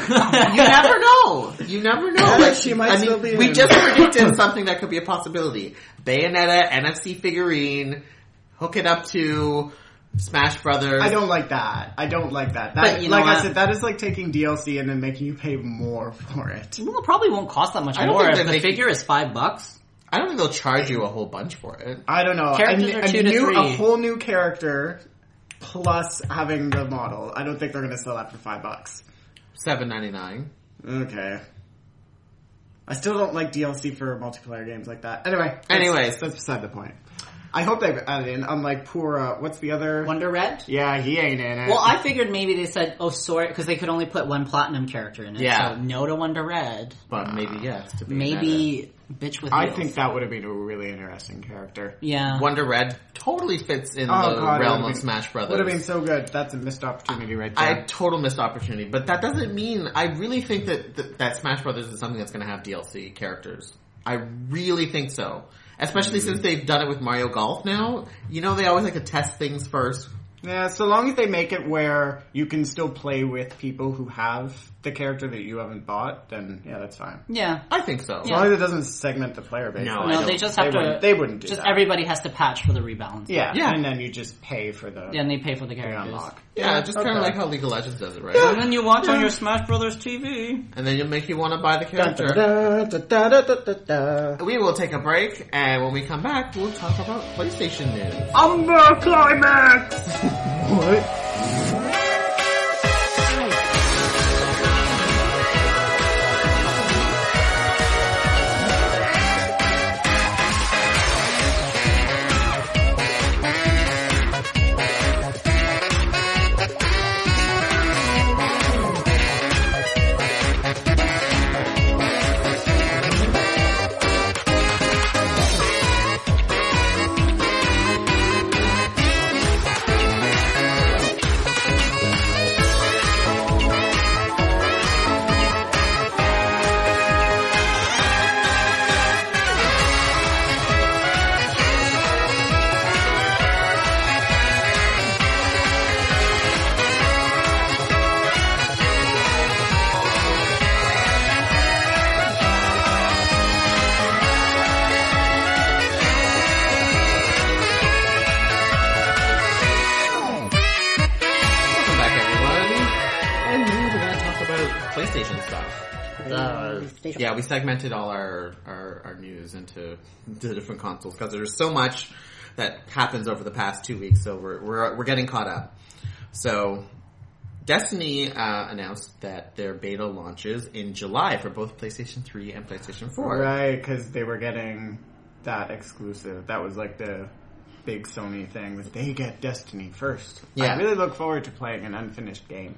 A: You never know. You never know.
B: Yeah,
A: Like,
B: she might
A: I mean,
B: still be
A: We
B: in.
A: just predicted something that could be a possibility. Bayonetta NFC figurine. Hook it up to Smash Brothers.
B: I don't like that. I don't like that. that
C: But you know
B: like I
C: what?
B: said, that is like taking DLC and then making you pay more for it.
C: Well, it probably won't cost that much
A: I don't
C: more
A: think
C: if
A: that
C: the
A: they-
C: figure is five bucks.
A: I don't think they'll charge you a whole bunch for it.
B: I don't know.
C: Characters
B: a,
C: are
B: a
C: two to
B: new, a
C: three.
B: whole new character plus having the model. I don't think they're going to sell that for five bucks.
A: Seven ninety nine.
B: Okay. I still don't like DLC for multiplayer games like that. Anyway. that's-
A: Anyways.
B: that's beside the point. I hope they've added in. Unlike poor, uh, what's the other?
C: Wonder Red.
B: Yeah, he ain't in it.
C: Well, I figured maybe they said, "Oh, sorry," because they could only put one platinum character in it.
A: Yeah.
C: So no to Wonder Red.
A: But maybe yes. To Bayonetta.
C: Maybe bitch with
B: I
C: heels.
B: think that would have been a really interesting character.
C: Yeah.
A: Wonder Red totally fits in
B: Oh,
A: the realm
B: God, it would've
A: of
B: been-
A: Smash Brothers.
B: Would have been so good. That's a missed opportunity right there.
A: I total missed opportunity, but that doesn't mean I really think that that, that Smash Brothers is something that's going to have DLC characters. I really think so, especially
B: Mm-hmm.
A: since they've done it with Mario Golf now. You know, they always like to test things first.
B: Yeah, so long as they make it where you can still play with people who have the character that you haven't bought, then yeah, that's fine.
C: yeah.
A: I think so.
B: As long as it doesn't segment the player base.
A: No, I
C: No,
A: don't-
C: they just have
B: they
C: to.
B: wouldn't- they wouldn't do
C: just
B: that.
C: everybody has to patch for the rebalance.
B: yeah,
A: Yeah.
B: and then you just pay for the
C: Yeah, and they pay for the
B: the
C: characters.
B: unlock.
A: Yeah, just kind
B: Okay.
A: of like how League of Legends does it, right?
C: And then you watch on your Smash Brothers TV.
A: And then you'll make you want to buy the
B: Dun,
A: character.
B: dun, dun, dun, dun, dun, dun, dun.
A: We will take a break, and when we come back, we'll talk about PlayStation news.
B: Umber climax. what?
A: Welcome back, everyone. And we we're going to talk about PlayStation stuff. Yeah, we segmented all our, our, our news into the different consoles because there's so much that happens over the past two weeks, so we're, we're, we're getting caught up. So, Destiny uh, announced that their beta launches in July for both PlayStation 3 and PlayStation 4.
B: Right, because they were getting that exclusive. That was like the big Sony thing was they get Destiny first.
A: Yeah.
B: I really look forward to playing an unfinished game.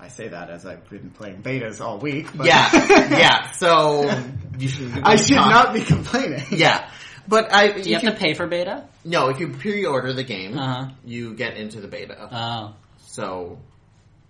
B: I say that as I've been playing betas all week. But
A: Yeah, yeah. So you should.
B: I should not be complaining.
A: Yeah, but I.
C: Do you
A: if
C: have to pay for beta?
A: no, if you pre-order the game,
C: Uh-huh.
A: you get into the beta.
C: Oh.
A: So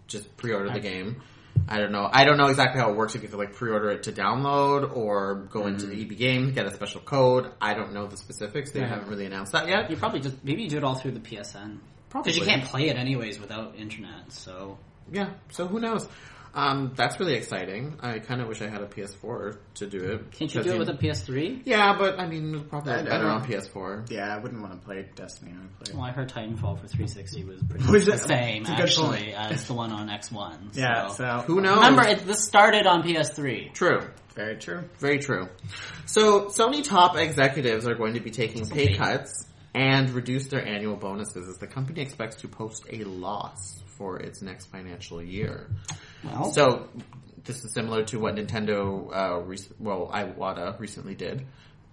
A: just pre-order the game. I don't know. I don't know exactly how it works. If you have to like pre-order it to download or go into
C: Mm.
A: the EB Games, get a special code. I don't know the specifics. They
C: Right.
A: haven't really announced that yet.
C: You probably just maybe you do it all through the PSN.
A: Probably.
C: Because you can't play it anyways without internet, so
A: Yeah. So who knows? Um, that's really exciting. I kind of wish I had a PS4 to do it.
C: can't you
A: Because
C: do it with a PS3?
A: Yeah, but I mean, it'll probably
B: I
A: look
B: don't
A: better
B: know.
A: on PS4.
B: Yeah, I wouldn't want to play Destiny on a play.
C: Well, I heard Titanfall for 360 was pretty
B: Was
C: much
B: it-
C: the same
B: it's a good
C: actually as the one on X1. So.
B: Yeah, so
A: Who knows?
C: Remember, it, this started on PS3.
A: True.
B: Very true.
A: Very true. So Sony top executives are going to be taking pay cuts and reduce their annual bonuses as the company expects to post a loss for its next financial year.
C: Well,
A: So this is similar to what Nintendo, uh, rec- well, Iwata recently did.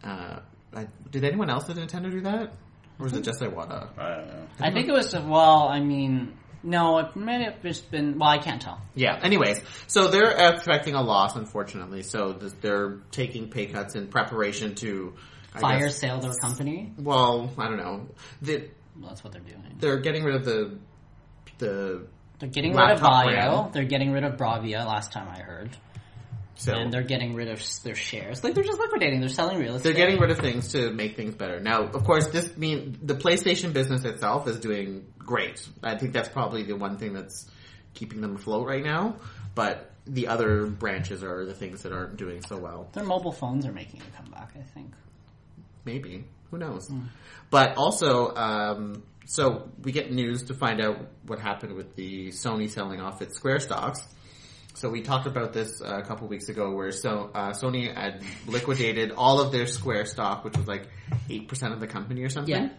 A: Uh, I, did anyone else at Nintendo do that? Or was it just Iwata?
B: I don't know.
C: I think it was well. I mean, no, it may have just been. Well, I can't tell.
A: Yeah. Anyways, so they're expecting a loss, unfortunately. So th- they're taking pay cuts in preparation to I
C: Fire
A: guess-
C: sale their company.
A: well, I don't know. The,
C: Well, that's what they're doing.
A: they're getting rid of the the
C: They're getting
A: Laptop
C: rid of Valio.
A: brand.
C: They're getting rid of Bravia. Last time I heard,
A: so
C: and
A: they're,
C: they're getting rid of s- their shares. Like they're just liquidating. They're selling real estate.
A: getting rid of things to make things better. Now, of course, this mean the PlayStation business itself is doing great. I think that's probably the one thing that's keeping them afloat right now. But the other branches are the things that aren't doing so well.
C: Their mobile phones are making a comeback. I think.
A: Maybe. Who knows? But also, um, so we get news to find out what happened with the Sony selling off its Square stocks. So we talked about this uh, a couple weeks ago where so, uh, Sony had liquidated all of their Square stock, which was like 8% of the company or something.
C: Yeah.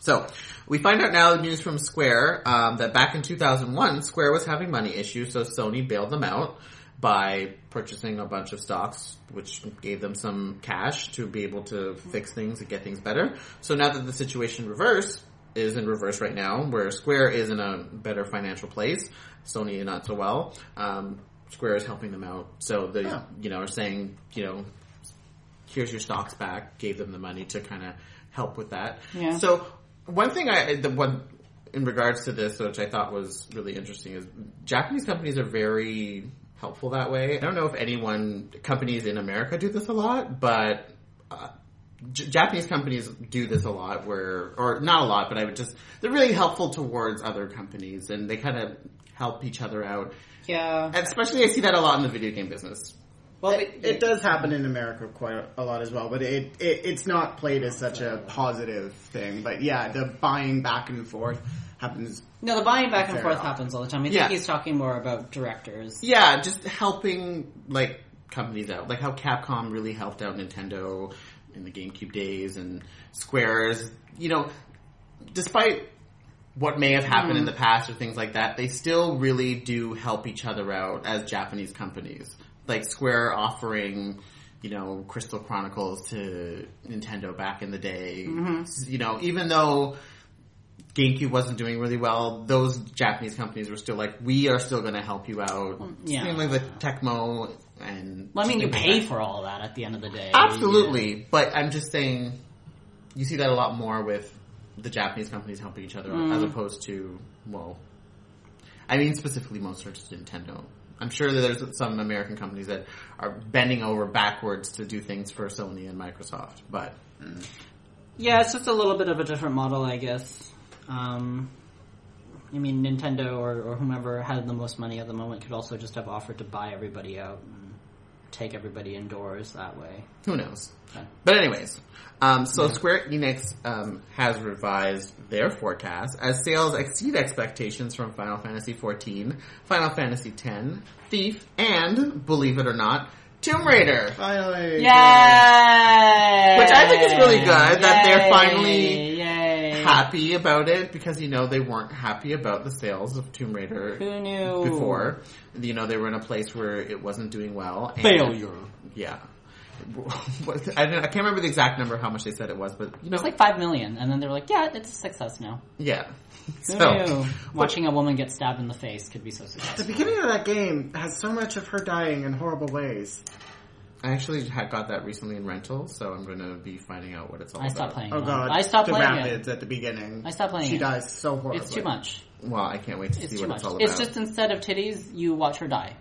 A: So, we find out now the news from Square um, that back in 2001, Square was having money issues, so Sony bailed them out by purchasing a bunch of stocks, which gave them some cash to be able to fix things and get things better. So now that the situation reverse is in reverse right now, where Square is in a better financial place, Sony not so well. Um, Square is helping them out, so they
B: Yeah.
A: you know are saying you know here's your stocks back, gave them the money to kind of help with that.
C: Yeah.
A: So one thing I the one in regards to this, which I thought was really interesting, is Japanese companies are very helpful that way. I don't know if anyone companies in America do this a lot, but. Uh, J- Japanese companies do this a lot, where or not a lot, but I would just they're really helpful towards other companies, and they kind of help each other out.
C: Yeah.
A: And especially, I see that a lot in the video game business.
B: Well, it, it does happen in America quite a lot as well, but it, it it's not played as such a positive thing. But yeah, the buying back and forth happens.
C: No, the buying back and
B: Fair
C: forth
B: enough.
C: happens all the time. I think
A: Yeah.
C: he's talking more about directors.
A: Yeah, just helping like companies out, like how Capcom really helped out Nintendo in the GameCube days, and Squares. You know, despite what may have happened
C: Mm-hmm.
A: in the past or things like that, they still really do help each other out as Japanese companies. Like Square offering, you know, Crystal Chronicles to Nintendo back in the day.
C: Mm-hmm.
A: You know, even though GameCube wasn't doing really well, those Japanese companies were still like, we are still going to help you out.
C: yeah.
A: Same with Tecmo and.
C: Well, I mean, you
A: things like
C: pay
A: that.
C: for all of that at the end of the day.
A: Absolutely, but I'm just saying, you see that a lot more with the Japanese companies helping each other out, as opposed to well, I mean specifically most are just Nintendo. I'm sure that there's some American companies that are bending over backwards to do things for Sony and Microsoft, but
C: Yeah, it's just a little bit of a different model, I guess. Um, I mean, Nintendo or, or whomever had the most money at the moment could also just have offered to buy everybody out and take everybody indoors that way.
A: who knows?
C: Okay.
A: But anyways, um, so Square Enix um, has revised their forecast as sales exceed expectations from Final Fantasy XIV, Final Fantasy X, Thief, and believe it or not, Tomb Raider.
B: Finally,
C: Yay!
A: Which I think is really good that they're
C: Yay!
A: finally
C: Yay!
A: happy about it because you know they weren't happy about the sales of Tomb Raider
C: Who knew?
A: before. You know they were in a place where it wasn't doing well. and-
C: Failure.
A: Yeah. What- I, don't, I can't remember the exact number how much they said it was, but you know,
C: It's like five million, and then they were like, "Yeah, it's a success now."
A: yeah.
C: Who
A: So
C: knew? Watching a woman get stabbed in the face could be so successful.
B: The beginning of that game has so much of her dying in horrible ways.
A: I actually had got that recently in rental, so I'm going to be finding out what it's all
C: I
A: about.
C: stopped playing.
B: Oh
C: it.
B: god.
C: I stopped
B: the
C: playing it.
B: rapids at the beginning.
C: I stopped playing
B: She
C: it.
B: dies so horribly.
C: It's too much.
A: Well, I can't wait to
C: It's
A: see
C: too
A: what
C: much.
A: it's all about.
C: It's just instead of titties, you watch her die.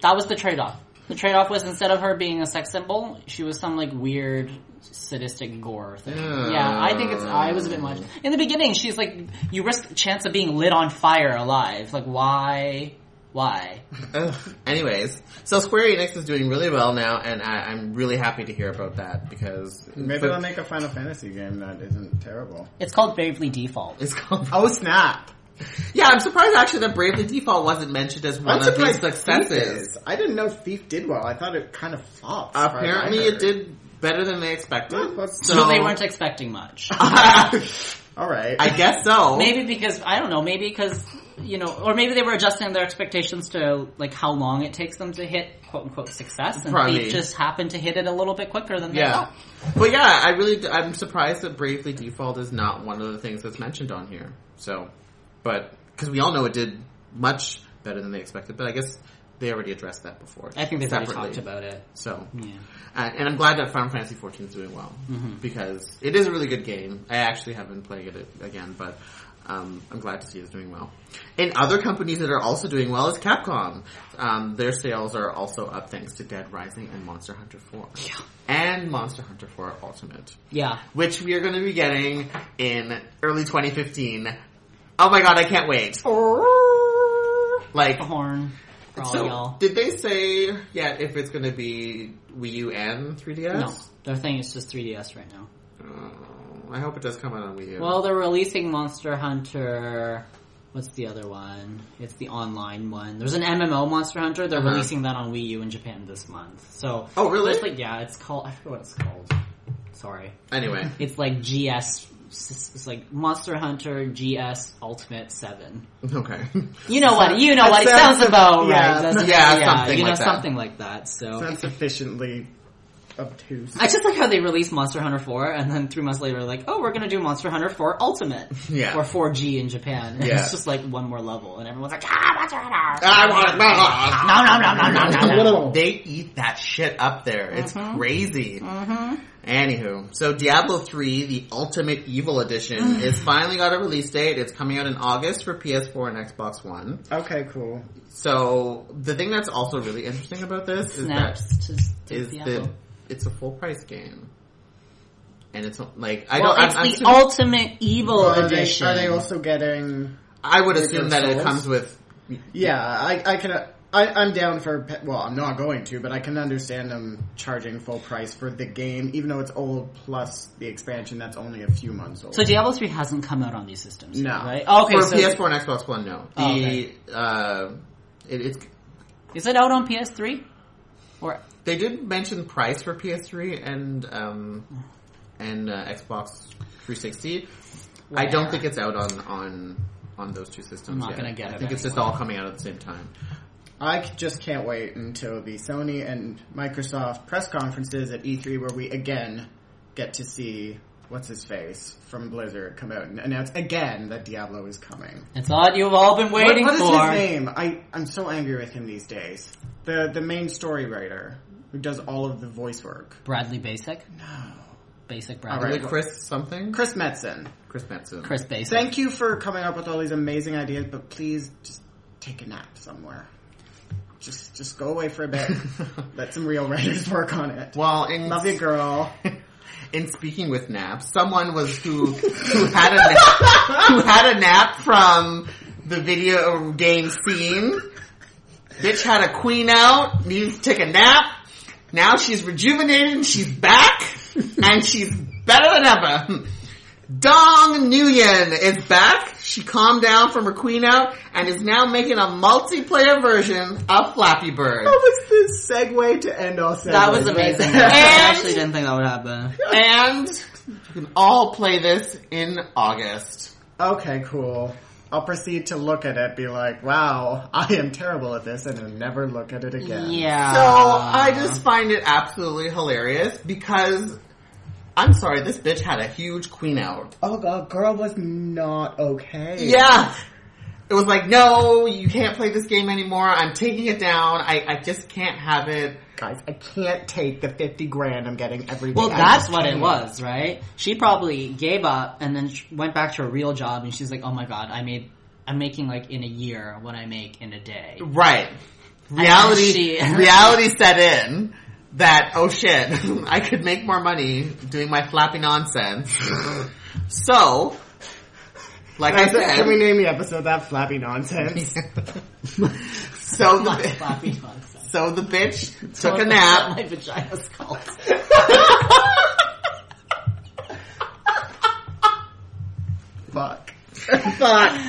C: that was the trade off. The trade off was instead of her being a sex symbol, she was some like weird sadistic gore thing.
A: Yeah.
C: Yeah, I think it's I was a bit much. In the beginning, she's like you risk chance of being lit on fire alive. Like why why?
A: Ugh. Anyways, so Square Enix is doing really well now, and I, I'm really happy to hear about that because
B: Maybe
A: so-
B: they'll make a Final Fantasy game that isn't terrible.
C: It's called Bravely Default.
A: it's called.
B: Oh snap!
A: Yeah, I'm surprised actually that Bravely Default wasn't mentioned as one
B: I'm
A: of the
B: surprised Thief
A: successes.
B: is. I didn't know Thief did well. I thought it kind of flopped. as far as I
A: Apparently, it
B: heard.
A: did better than they expected.
B: Yeah, that's-
A: so
C: So, they weren't expecting much.
B: All right.
A: I guess so.
C: maybe because I don't know, maybe because you know, or maybe they were adjusting their expectations to like how long it takes them to hit quote unquote success, and
A: Probably.
C: they just happened to hit it a little bit quicker than they
A: Yeah.
C: thought.
A: But yeah, I really I'm surprised that Bravely Default is not one of the things that's mentioned on here. So, but because we all know it did much better than they expected, but I guess they already addressed that before.
C: I think they've already
A: separately.
C: talked about it.
A: So,
C: Yeah.
A: uh, and I'm glad that Final Fantasy XIV is doing well because it is a really good game. I actually have been playing it again, but um, I'm glad to see it's doing well. And other companies that are also doing well is Capcom. Um, their sales are also up thanks to Dead Rising and Monster Hunter 4, and Monster Hunter 4 Ultimate,
C: Yeah.
A: which we are going to be getting in early 2015. Oh my god, I can't wait! Like
C: The horn for all
A: so,
C: y'all.
A: did they say yet if it's going to be Wii U and 3DS?
C: No, their thing is just 3DS right now.
A: Oh, I hope it does come out on Wii U.
C: Well, they're releasing Monster Hunter. What's the other one? It's the online one. There's an MMO Monster Hunter. They're
A: Uh-huh.
C: releasing that on Wii U in Japan this month. So,
A: oh,
C: it's
A: really?
C: like, yeah, it's called. I forget what it's called. Sorry.
A: Anyway,
C: It's like GS. It's like Monster Hunter GS Ultimate Seven.
A: okay.
C: You know what? You know
B: That
C: what? It
B: sounds-
C: sounds about
B: yeah.
C: right. doesn't it?
A: Yeah, something
C: you know,
A: like that.
C: something like that. So
B: Not sufficiently obtuse.
C: I just like how they released Monster Hunter Four, and then three months later, like, oh, we're gonna do Monster Hunter Four Ultimate,
A: Yeah.
C: or Four G in Japan. And
A: Yeah.
C: It's just like one more level, and everyone's like, ah, Monster Hunter.
A: I want it.
C: No, no, no, no, no, no, no.
A: They eat that shit up there. It's
C: Mhm.
A: crazy.
C: Mm-hmm.
A: Anywho, so Diablo 3, the Ultimate Evil Edition, is finally got a release date. It's coming out in August for PS4 and Xbox One.
B: Okay, cool.
A: So the thing that's also really interesting about this is that
C: Snaps to, to
A: is
C: Diablo.
A: that it's a full price game, and it's like I
C: well,
A: don't.
C: it's
A: I'm, I'm
C: the
A: assuming-
C: Ultimate Evil
B: Well, are, they,
C: Edition.
B: are they also getting?
A: I would
B: Reaper
A: assume that it
B: Souls?
A: comes with.
B: Yeah, I, I can. I, I'm down for. pe- Well, I'm not going to, but I can understand them charging full price for the game, even though it's old plus the expansion that's only a few months old.
C: So Diablo three hasn't come out on these systems,
B: No.
C: right? Oh,
A: For
C: Okay, so
A: PS4 and Xbox One, no. The
C: Oh, okay.
A: uh, it, it's
C: is it out on PS three? Or
A: they did mention price for PS3 and um and uh, Xbox 360. I don't
C: Where?
A: think it's out on on on those two systems.
C: I'm not
A: yet.
C: gonna get
A: I
C: it
A: think it's just
C: anyway.
A: all coming out at the same time.
B: I c- just can't wait until the Sony and Microsoft press conferences at E3, where we again get to see what's his face from Blizzard come out and announce again that Diablo is coming.
C: it's all you've all been waiting
B: what,
C: for.
B: what is his name? I I'm so angry with him these days. The the main story writer who does all of the voice work.
C: Bradley Basic. No. Basic Bradley.
A: Is
B: Right.
A: it Chris something?
B: Chris Metzen.
A: Chris Matson.
C: Chris Basic.
B: Thank you for coming up with all these amazing ideas, but please just take a nap somewhere. Just just go away for a bit. Let some real writers work on it.
A: Well, in
B: Love you, girl.
A: in speaking with naps, someone was who who had a nap, who had a nap from the video game scene. Bitch had a queen out, needed to take a nap. Now she's rejuvenated, and she's back, and she's better than ever. Dong Nguyen is back. She calmed down from her queen out and is now making a multiplayer version of Flappy Bird.
B: That was the segue to end all segues.
C: That was amazing. I
A: And-
C: actually didn't think that would happen.
A: And You can all play this in August.
B: Okay, cool. I'll proceed to look at it, be like, wow, I am terrible at this, and then never look at it again.
C: Yeah.
A: So I just find it absolutely hilarious because I'm sorry, this bitch had a huge queen out.
B: Oh god, girl was not okay.
A: Yeah. It was like, no, you can't play this game anymore. I'm taking it down. I, I just can't have it.
B: Guys, I can't take the 50 grand I'm getting every
C: Well,
B: week. I
C: that's
B: just
C: what it
B: can't.
C: was, right? She probably gave up and then sh- went back to her real job, and she's like, "Oh my god, I made, I'm making like in a year what I make in a day."
A: Right. Reality,
C: she-
A: reality set in that, oh shit, I could make more money doing my flappy nonsense. so, like
B: And I
A: I
B: said, can we
A: said,
B: name the episode that flappy nonsense?
A: so the, bi-
C: Flappy nonsense.
A: so the bitch took a
C: That's
A: nap.
C: what My vagina's called.
B: Fuck.
A: But,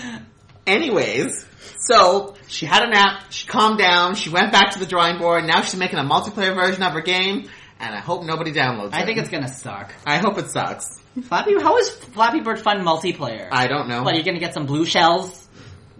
A: anyways, so she had a nap, she calmed down, she went back to the drawing board, now she's making a multiplayer version of her game, and I hope nobody downloads it.
C: I think it's gonna suck.
A: I hope it sucks.
C: Flappy, how is Flappy Bird fun multiplayer?
A: I don't know.
C: what, are you gonna get some blue shells?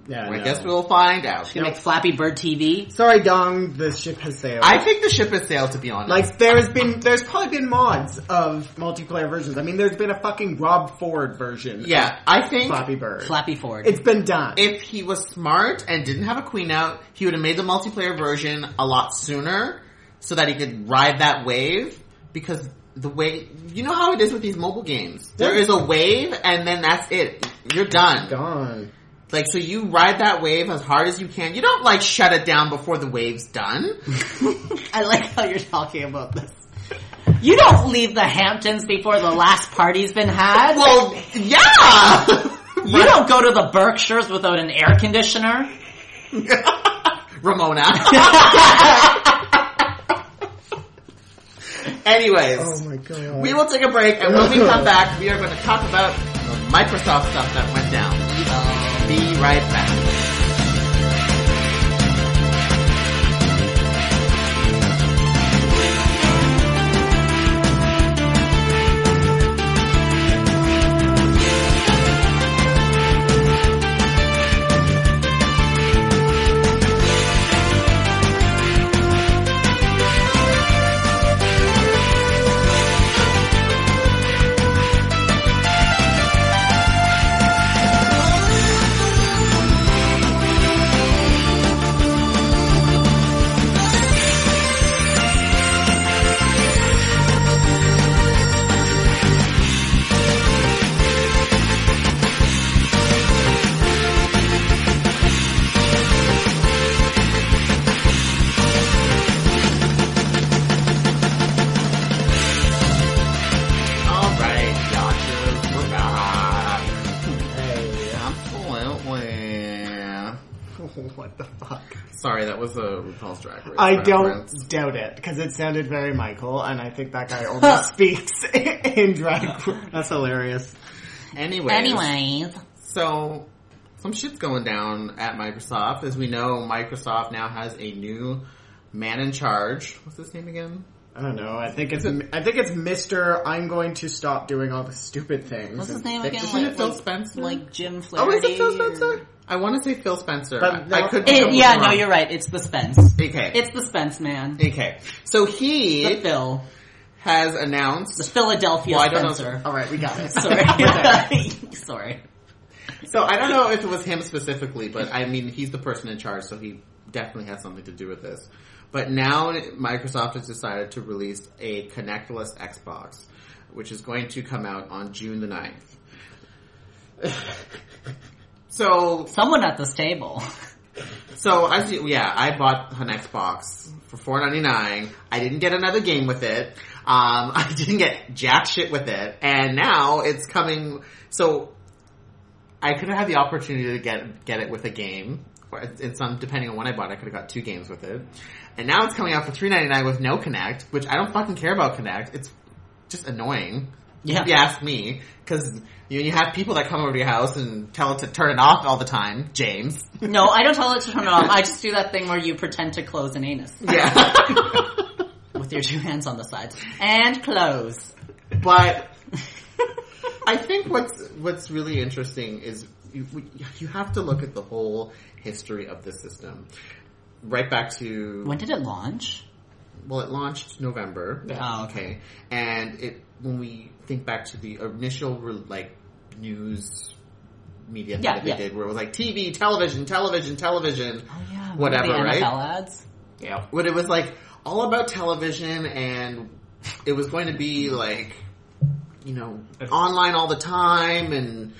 B: Yeah,
A: I
B: no.
A: guess we'll find out.
C: You gonna make Flappy Bird TV?
B: Sorry, Dong, the ship has sailed.
A: I think the ship has sailed, to be honest.
B: like, there's been, there's probably been mods of multiplayer versions. I mean, there's been a fucking Rob Ford version
A: yeah, I
B: of
A: think
B: Flappy Bird.
C: Flappy Ford.
B: It's been done.
A: if he was smart and didn't have a queen out, he would have made the multiplayer version a lot sooner so that he could ride that wave because the way you know how it is with these mobile games. There is a wave and then that's it. You're done.
B: Gone.
A: Like so you ride that wave as hard as you can. You don't like shut it down before the wave's done.
C: I like how you're talking about this. You don't leave the Hamptons before the last party's been had.
A: well, yeah.
C: you don't go to the Berkshires without an air conditioner.
A: Ramona. Anyways,
B: Oh my god.
A: We will take a break, and when we come back, we are going to talk about the Microsoft stuff that went down. Be right back. All right, gotcha. We're back.
B: Hey.
A: Absolutely.
B: what the fuck?
A: Sorry, that was a RuPaul's Drag Race.
B: I
A: reference.
B: don't doubt it because it sounded very Michael, and I think that guy only speaks in drag. That's hilarious.
A: Anyways,
C: Anyways,
A: so some shit's going down at Microsoft. As we know, Microsoft now has a new man in charge. What's his name again?
B: I don't know. I think it's I think it's Mister. I'm going to stop doing all the stupid things.
C: what's his name again?
A: Isn't it
C: Like,
A: Phil
C: like,
A: Spencer?
C: like Jim Flaherty.
A: oh, is it Phil
C: or-
A: Spencer? I want to say Phil Spencer.
B: But
A: I-
B: no-
A: I could. be
C: It-
A: totally
C: yeah, no,
A: wrong.
C: you're right. It's the Spence.
A: Okay.
C: It's the Spence man.
A: Okay. So
C: The
A: he
C: Phil.
A: has
C: The
A: announced.
C: Philadelphia
A: Well, I don't know-
C: Spencer.
B: All right, we got it.
C: Sorry. Sorry.
A: So I don't know if it was him specifically, but I mean, he's the person in charge, so he definitely has something to do with this. But now Microsoft has decided to release a connectless Xbox, which is going to come out on June the 9th. so
C: Someone at this table.
A: So I see- yeah, I bought an Xbox for four ninety nine. I didn't get another game with it. Um, I didn't get jack shit with it, and now it's coming. So I could have had the opportunity to get get it with a game, or in some depending on when I bought, it, I could have got two games with it. And now it's coming out for three ninety nine with no Connect, which I don't fucking care about Connect. It's just annoying
C: Yeah.
A: if you ask me, because you, you have people that come over to your house and tell it to turn it off all the time, James.
C: No, I don't tell it to turn it off. I just do that thing where you pretend to close an anus
A: Yeah.
C: with your two hands on the sides and close.
A: but I think what's what's really interesting is you, you have to look at the whole history of the system. Right back to
C: When did it launch?
A: well, it launched November.
C: Yeah. Oh,
A: okay. And it when we think back to the initial re- like news media thing
C: Yeah,
A: that they
C: yeah.
A: did, where it was like TV, television, television, television,
C: Oh yeah,
A: whatever,
C: the
A: right?
C: NFL ads. Oh.
A: Yeah. When it was like all about television and it was going to be like, you know, online all the time and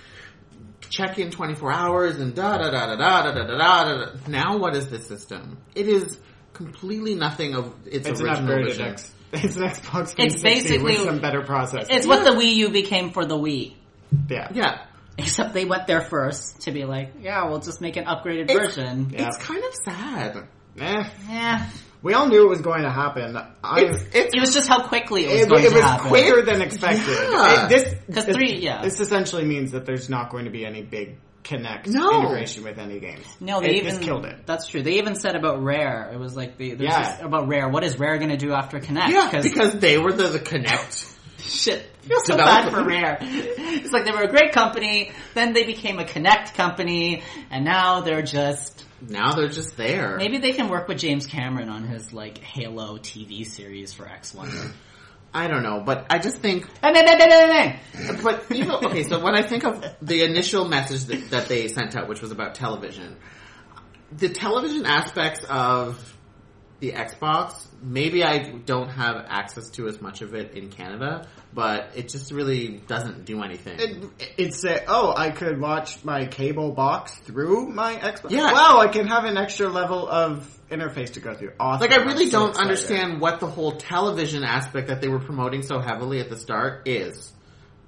A: check in 24 hours and da da da da da da da da da. da. Now what is this system? It is completely nothing of its,
B: It's an
A: original
B: upgraded
A: vision.
B: X. It's an Xbox 360
C: It's basically-
B: with some better processing.
C: It's what the Wii U became for the Wii.
B: yeah.
A: Yeah.
C: Except they went there first to be like, yeah, we'll just make an upgraded
A: It's-
C: version.
B: Yeah.
A: It's kind of sad.
B: Eh,
C: Yeah.
B: we all knew it was going to happen. I,
A: It's, it's
C: It was just how quickly it was
B: it,
C: going
B: it
C: to
B: was
C: happen.
B: quicker than expected.
A: Yeah.
B: It- this,
C: 'Cause
B: this-
C: three- yeah.
B: this essentially means that there's not going to be any big connect
A: No.
B: integration with any games.
C: No,
B: It
C: they even
B: just killed it.
C: That's true. They even said about Rare. It was like the there's
B: Yeah.
C: just about Rare. What is Rare going to do after Connect?
A: yeah, because they were the, the connect.
C: shit, I feel so bad
A: Development.
C: for Rare. It's like they were a great company, then they became a Connect company, and now they're just
A: Now they're just there.
C: maybe they can work with James Cameron on his like Halo TV series for X One.
A: I don't know, but I just think But even okay, so when I think of the initial message that, that they sent out, which was about television, the television aspects of the Xbox, maybe I don't have access to as much of it in Canada, but it just really doesn't do anything.
B: It, it said, "Oh, I could watch my cable box through my Xbox.
A: Yeah.
B: Wow, I can have an extra level of interface to go through. Awesome!
A: like I really
B: I'm so
A: don't
B: excited.
A: understand what the whole television aspect that they were promoting so heavily at the start is.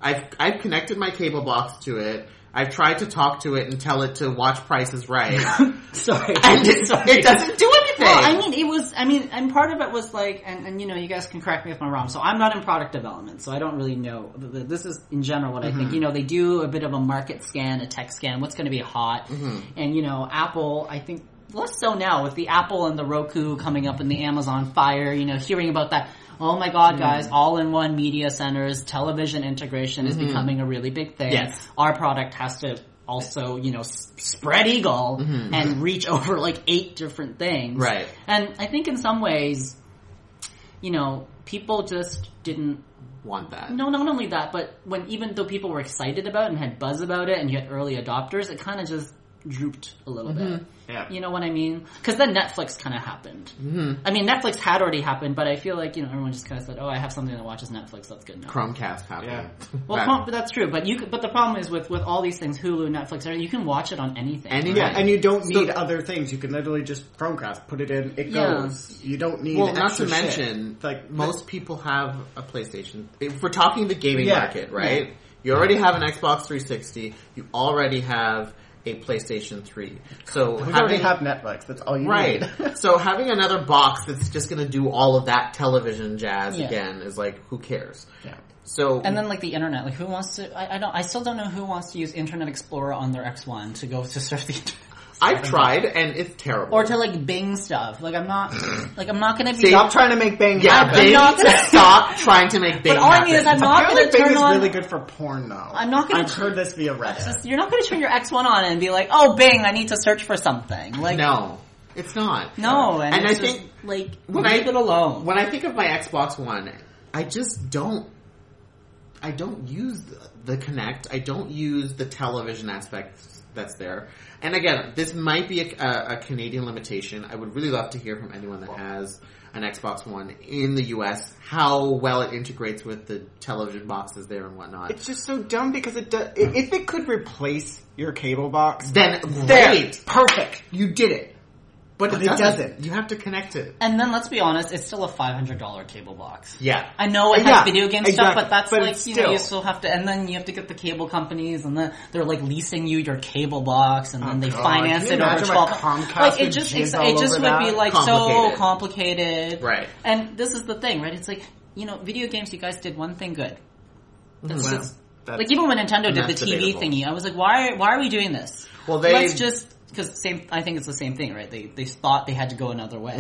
A: I've I've connected my cable box to it. I've tried to talk to it and tell it to watch prices right.
C: Sorry,
A: and it, it doesn't do anything.
C: Well, I mean, it was. I mean, and part of it was like, and, and you know, you guys can correct me if I'm wrong. So I'm not in product development, so I don't really know. Th- th- This is in general what I think. You know, they do a bit of a market scan, a tech scan. What's going to be hot? And you know, Apple. I think less so now with the Apple and the Roku coming up and the Amazon Fire. You know, hearing about that. Oh my God, guys! All-in-one media centers, television integration is becoming a really big thing.
A: Yes.
C: Our product has to also, you know, s- spread eagle and reach over like eight different things.
A: Right.
C: And I think in some ways, you know, people just didn't.
A: want that.
C: No, not only that, but when even though people were excited about it and had buzz about it, and you had early adopters, it kind of just drooped a little bit.
B: Yeah.
C: You know what I mean? Because then Netflix kind of happened. Mm-hmm. I mean, Netflix had already happened, but I feel like you know everyone just kind of said, "Oh, I have something that watches Netflix. That's good enough."
A: Chromecast happened.
B: Yeah.
C: Well,
A: That-
C: Chrome- but that's true. But you, could- but the problem is with with all these things, Hulu, Netflix, everything, you can watch it on anything.
A: Any-
B: Yeah, and you don't
A: So-
B: need other things. You can literally just Chromecast, put it in, it
C: Yeah.
B: goes. You don't need.
A: well, not to
B: extra shit.
A: mention,
B: like
A: most people have a PlayStation. If we're talking the gaming
B: Yeah.
A: market, right? You already have an Xbox 360. You already have a PlayStation 3. So
B: We
A: having,
B: already have Netflix. That's all you
A: right.
B: need.
A: so having another box that's just going to do all of that television jazz
C: Yeah.
A: again is like, who cares?
B: Yeah.
A: So
C: And then like the internet, like who wants to? I, I don't. I still don't know who wants to use Internet Explorer on their X One to go to surf the internet,
A: I've tried, and it's terrible.
C: or to like Bing stuff. Like I'm not. Like I'm not gonna be.
B: Stop trying to make Bang
A: yeah,
B: happen.
A: Bing,
C: not gonna-
A: stop trying to make Bing
C: but all I mean is I'm
A: happen.
B: I
C: not
B: feel
C: gonna
B: like Bing
C: turn
B: is
C: on.
B: really good for porn, though.
C: I'm not gonna.
B: I've heard this via Reddit.
C: You're not gonna turn your X One on and be like, oh Bing, I need to search for something. Like
A: No, it's not.
C: no, and,
A: And
C: it's
A: I
C: just,
A: think
C: like
A: when
C: leave
A: I-
C: it alone.
A: when I think of my Xbox One, I just don't. I don't use the Connect. I don't use the television aspect that's there. And again, this might be a, a, a Canadian limitation. I would really love to hear from anyone that has an Xbox One in the U.S. how well it integrates with the television boxes there and whatnot.
B: It's just so dumb because it does. If it could replace your cable box,
A: then
B: there,
A: great,
B: perfect.
A: you did it. But,
B: But
A: it,
B: it
A: doesn't.
B: doesn't.
A: You have to connect it.
C: and then let's be honest, it's still a five hundred dollar cable box.
A: Yeah.
C: I know it has
B: Yeah,
C: video game stuff,
B: exactly.
C: but that's
B: But
C: like
B: it's
C: you know you
B: still-
C: still have to, and then you have to get the cable companies, and then they're like leasing you your cable box, and then they
B: Oh, God.
C: finance
B: Can
C: it
B: you
C: over
B: imagine
C: twelve.
B: what Comcast
C: like it
B: would
C: just
B: jizz
C: it's-
B: all
C: it just
B: over
C: would be
B: that?
C: like so
A: Complicated.
C: complicated,
A: Right.
C: And this is the thing, right? It's like you know, video games. You guys did one thing good. That's
A: Wow.
C: just
B: That's-
C: like even when Nintendo did the
A: that's
C: TV
A: debatable.
C: thingy, I was like, why? Why are we doing this?
A: Well, they-
C: let's
B: Mm-hmm.
C: just because same. I think it's the same thing, right? They they thought they had to go another way.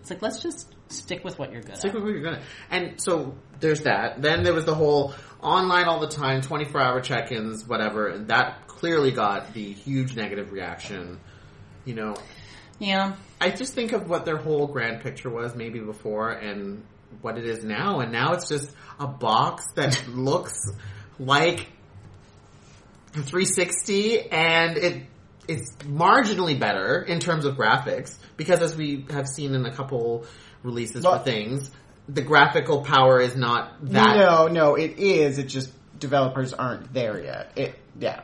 C: It's like let's just Stick with what you're good
A: Stick
C: at.
A: with what you're gonna. And so there's that. Then there was the whole online all the time, 24 hour check ins, whatever, and that clearly got the huge negative reaction. You know,
C: yeah.
A: I just think of what their whole grand picture was maybe before and what it is now, and now it's just a box that looks like a 360 and it it's marginally better in terms of graphics because as we have seen in a couple releases
B: Well-
A: for things, the graphical power is not that
B: No, no, it is. It just developers aren't there yet. It yeah.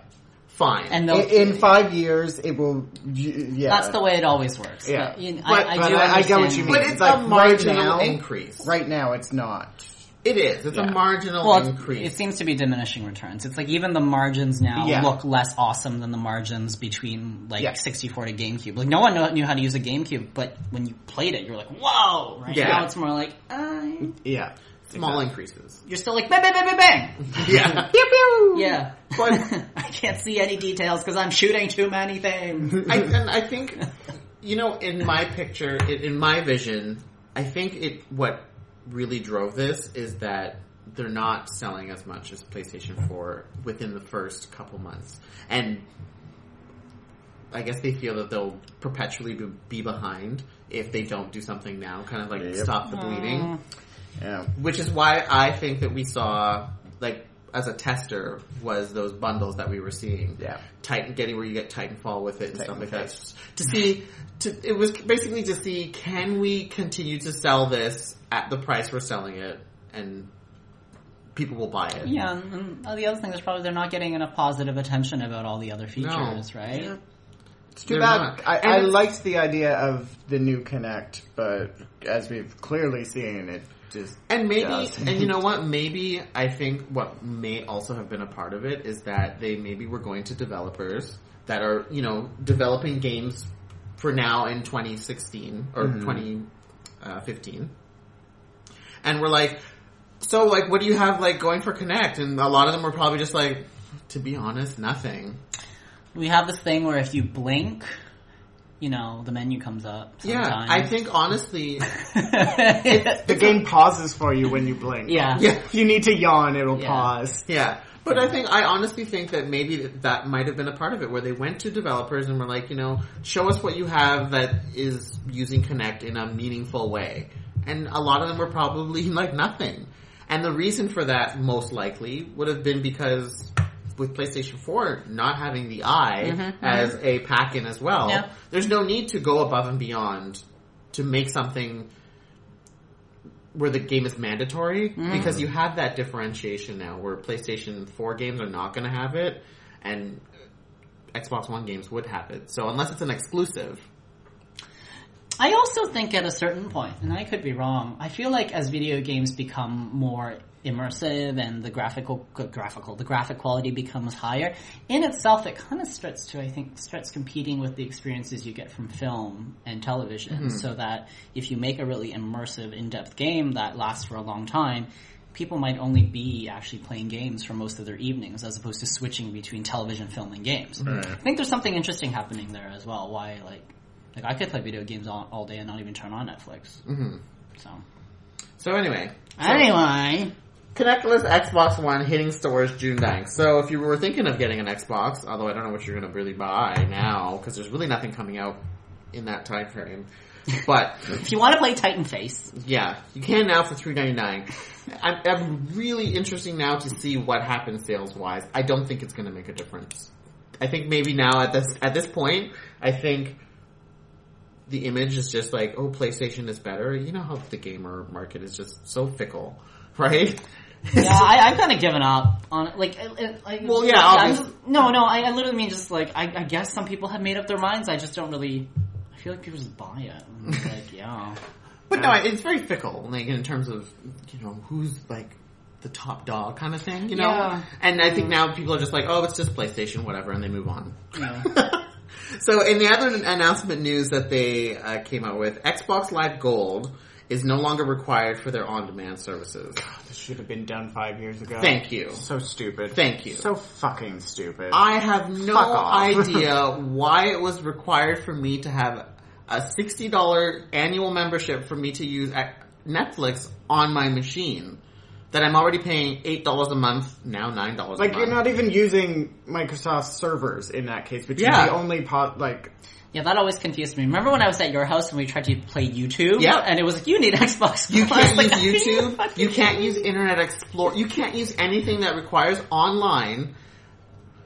A: fine.
C: And
B: I-
C: they'll,
B: In five years, it will. y- Yeah,
C: that's the way it always works.
B: Yeah.
C: You know,
A: But-
C: I, I
B: but
C: do
B: I- I get what
C: understand.
B: you mean.
A: but
B: it's
A: it's,
B: like
A: a
B: right
A: marginal
B: now-
A: increase.
B: Right now, it's not.
A: It is. It's
B: Yeah.
A: a marginal
C: Well, it's-
A: increase.
C: it seems to be diminishing returns. It's like even the margins now
B: Yeah.
C: look less awesome than the margins between like
B: Yeah.
C: 64 to GameCube. Like no one know- knew how to use a GameCube, but when you played it, you were like, "Whoa!" Right
A: Yeah.
C: now, it's more like, uh,
B: Yeah,
A: Small
B: Exactly.
A: increases.
C: "You're still like bang, bang, bang, bang, bang."
A: Yeah.
C: yeah,
A: But-
C: I can't see any details because I'm shooting too many things.
A: I, and I think, you know, in my picture, in, in my vision, I think it what really drove this is that they're not selling as much as PlayStation 4 within the first couple months, and I guess they feel that they'll perpetually be, be behind if they don't do something now, kind of like
B: Yep.
A: stop the bleeding
B: Yeah.
A: which is why I think that we saw like as a tester was those bundles that we were seeing.
B: Yeah.
A: Titan getting where you get Titanfall with it and stuff like
B: Titanfall.
A: that. Just To see to it was basically to see can we continue to sell this at the price we're selling it and people will buy it.
C: Yeah, and and the other thing is probably they're not getting enough positive attention about all the other features, right?
A: Yeah.
B: It's too
A: They're
B: bad.
A: not.
B: I,
A: And
B: I
A: it's-
B: liked the idea of the new Connect, but as we've clearly seen, it just
A: And maybe,
B: Yes.
A: and you know what? Maybe I think what may also have been a part of it is that they maybe were going to developers that are, you know, developing games for now in 2016 or 2015. And we're like, so like, what do you have like going for Connect? And a lot of them were probably just like, to be honest, nothing.
C: We have this thing where if you blink, you know, the menu comes up.
A: Yeah,
C: Sometimes.
A: I think honestly,
B: the game pauses for you when you blink.
C: yeah.
A: yeah,
B: If you need to yawn, it'll
C: Yeah.
B: pause.
A: Yeah. But I think I honestly think that maybe th- that might have been a part of it, where they went to developers and were like, you know, show us what you have that is using Connect in a meaningful way, and a lot of them were probably like nothing, and the reason for that most likely would have been because with PlayStation Four not having the eye as a pack-in as well,
C: Yeah.
A: there's no need to go above and beyond to make something where the game is mandatory because you have that differentiation now where PlayStation 4 games are not going to have it and Xbox One games would have it. So unless it's an exclusive,
C: I also think at a certain point, and I could be wrong, I feel like as video games become more immersive and the graphical graphical the graphic quality becomes higher in itself it kind of starts to i think starts competing with the experiences you get from film and television so that if you make a really immersive in-depth game that lasts for a long time people might only be actually playing games for most of their evenings as opposed to switching between television film and games i think there's something interesting happening there as well why like like I could play video games all, all day and not even turn on Netflix. Mm-hmm. So
A: so anyway,
C: anyway,
A: Connectless Xbox One hitting stores June 9th. So if you were thinking of getting an Xbox, although I don't know what you're going to really buy now because there's really nothing coming out in that time frame, but
C: if you want to play Titan Face,
A: Yeah, you can now for three ninety nine. I'm, I'm really interesting now to see what happens sales wise. I don't think it's going to make a difference. I think maybe now at this at this point, I think the image is just like, oh, PlayStation is better. You know how the gamer market is just so fickle, right?
C: yeah, I, I've kind of given up on it. Like, I, I, I-
A: Well, yeah,
C: I'm
A: obvious-
C: just- no, no, I, I literally mean just like I, I guess some people have made up their minds. I just don't really. I feel like people just buy it. And it's like, yeah,
A: But no, it's very fickle, like in terms of you know who's like the top dog kind of thing, you know.
C: Yeah.
A: And I think now people are just like, oh, it's just PlayStation, whatever, and they move on.
C: Yeah.
A: so in the other announcement news that they uh, came out with, Xbox Live Gold is no longer required for their on-demand services.
B: This should have been done five years ago.
A: Thank you.
B: So stupid.
A: Thank you.
B: So fucking stupid.
A: I have no
B: Fuck off.
A: idea why it was required for me to have a sixty dollar annual membership for me to use at Netflix on my machine that I'm already paying eight dollars a month now nine dollars.
B: Like
A: a
B: you're
A: month.
B: not even using Microsoft servers in that case, which
A: Yeah.
B: is the only pot like
C: Yeah, that always confused me. Remember when I was at your house and we tried to play YouTube?
A: Yeah.
C: And it was like, you need Xbox.
A: You
C: I was
A: can't
C: like,
A: use
C: "Are
A: YouTube.
C: fucking
A: You can't use Internet Explorer. You can't use anything that requires online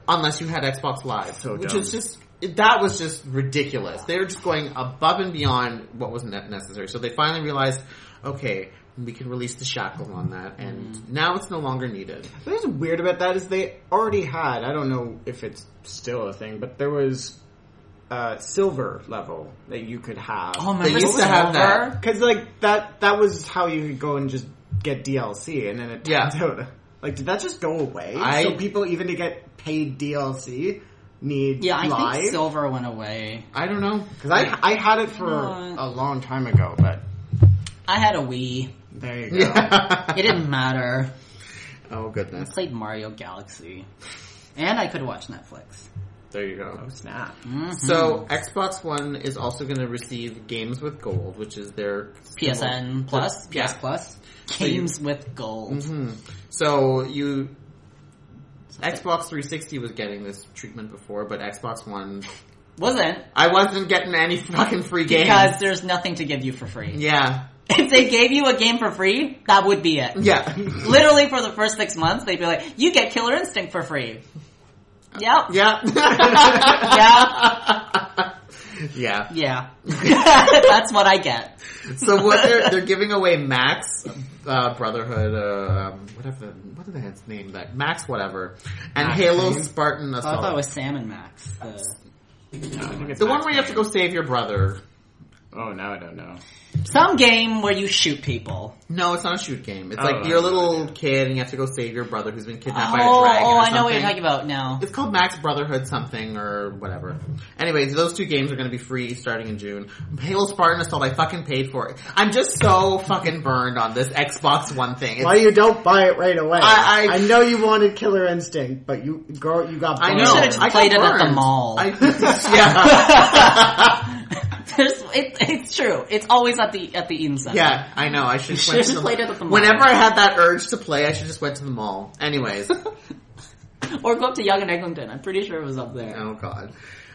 A: unless you had Xbox Live.
B: So
A: which
B: dumb.
A: is just that was just ridiculous. They were just going above and beyond what was ne- necessary. So they finally realized, okay, we can release the shackle on that, and
C: Mm.
A: now it's no longer needed.
B: What is weird about that is they already had. I don't know if it's still a thing, but there was uh, silver level that you could have.
C: Oh, my
A: They
C: God,
A: used to have that.
B: Because like that, that was how you could go and just get DLC, and then it
A: Yeah.
B: turns out like did that just go away?
A: I-
B: so people even to get paid DLC need
C: Yeah, I
B: live.
C: think silver went away.
A: I don't know.
B: Because I I had it for
C: No.
B: a long time ago, but
C: I had a Wii.
B: there you go.
C: It didn't matter.
A: oh
C: I
A: goodness.
C: played Mario Galaxy. And I could watch Netflix. Mm-hmm.
A: There you go.
B: Oh snap!
A: So Xbox One is also going to receive games with gold, which is their
C: PSN Plus, PS
A: Yeah.
C: Plus,
A: you-
C: games with gold.
A: So you Xbox 360 was getting this treatment before, but Xbox One,
C: Wasn't
A: I wasn't getting any fucking free games.
C: because there's nothing to give you for free.
A: yeah,
C: If they gave you a game for free, that would be it.
A: yeah,
C: Literally for the first six months, they'd be like, "You get Killer Instinct for free." Yep.
A: yeah,
C: Yeah.
A: yeah.
C: Yeah. That's what I get.
A: So what they're they're giving away Max uh, Brotherhood, uh, um, whatever, what did the heck's name that Max whatever, and Halo Spartan
C: Oh, I
A: Assault,
C: thought it was Sam and Max. The...
A: the one where you have to go save your brother.
B: Oh, now I don't know.
C: Some game where you shoot people.
A: No, it's not a shoot game. It's
B: Oh,
A: like
B: I
A: you're a
B: have no
A: little kid and you have to go save your brother who's been kidnapped by a
C: oh,
A: dragon.
C: oh,
A: or
C: I know what you're
A: something.
C: talking about now.
A: It's called Max Brotherhood something or whatever. Anyways, those two games are going to be free starting in June. Halo Spartan Assault, I fucking paid for it. I'm just so fucking burned on this Xbox One thing. It's-
B: Why you don't buy it right away?
A: I- I-
B: know you wanted Killer Instinct, but you girl, you got.
A: I
B: burned.
A: know.
C: should've just
A: I got
C: played it at the
A: burned.
C: mall.
A: I, yeah.
C: There's, it, it's true. It's always at the at the Eden Center.
A: yeah, I know. I should
C: should've
A: went to
C: just
A: the-
C: played it at the mall.
A: Whenever I had that urge to play, I should just went to the mall. Anyways.
C: Or go up to Young and Eglinton. I'm pretty sure it was up there.
A: Oh God.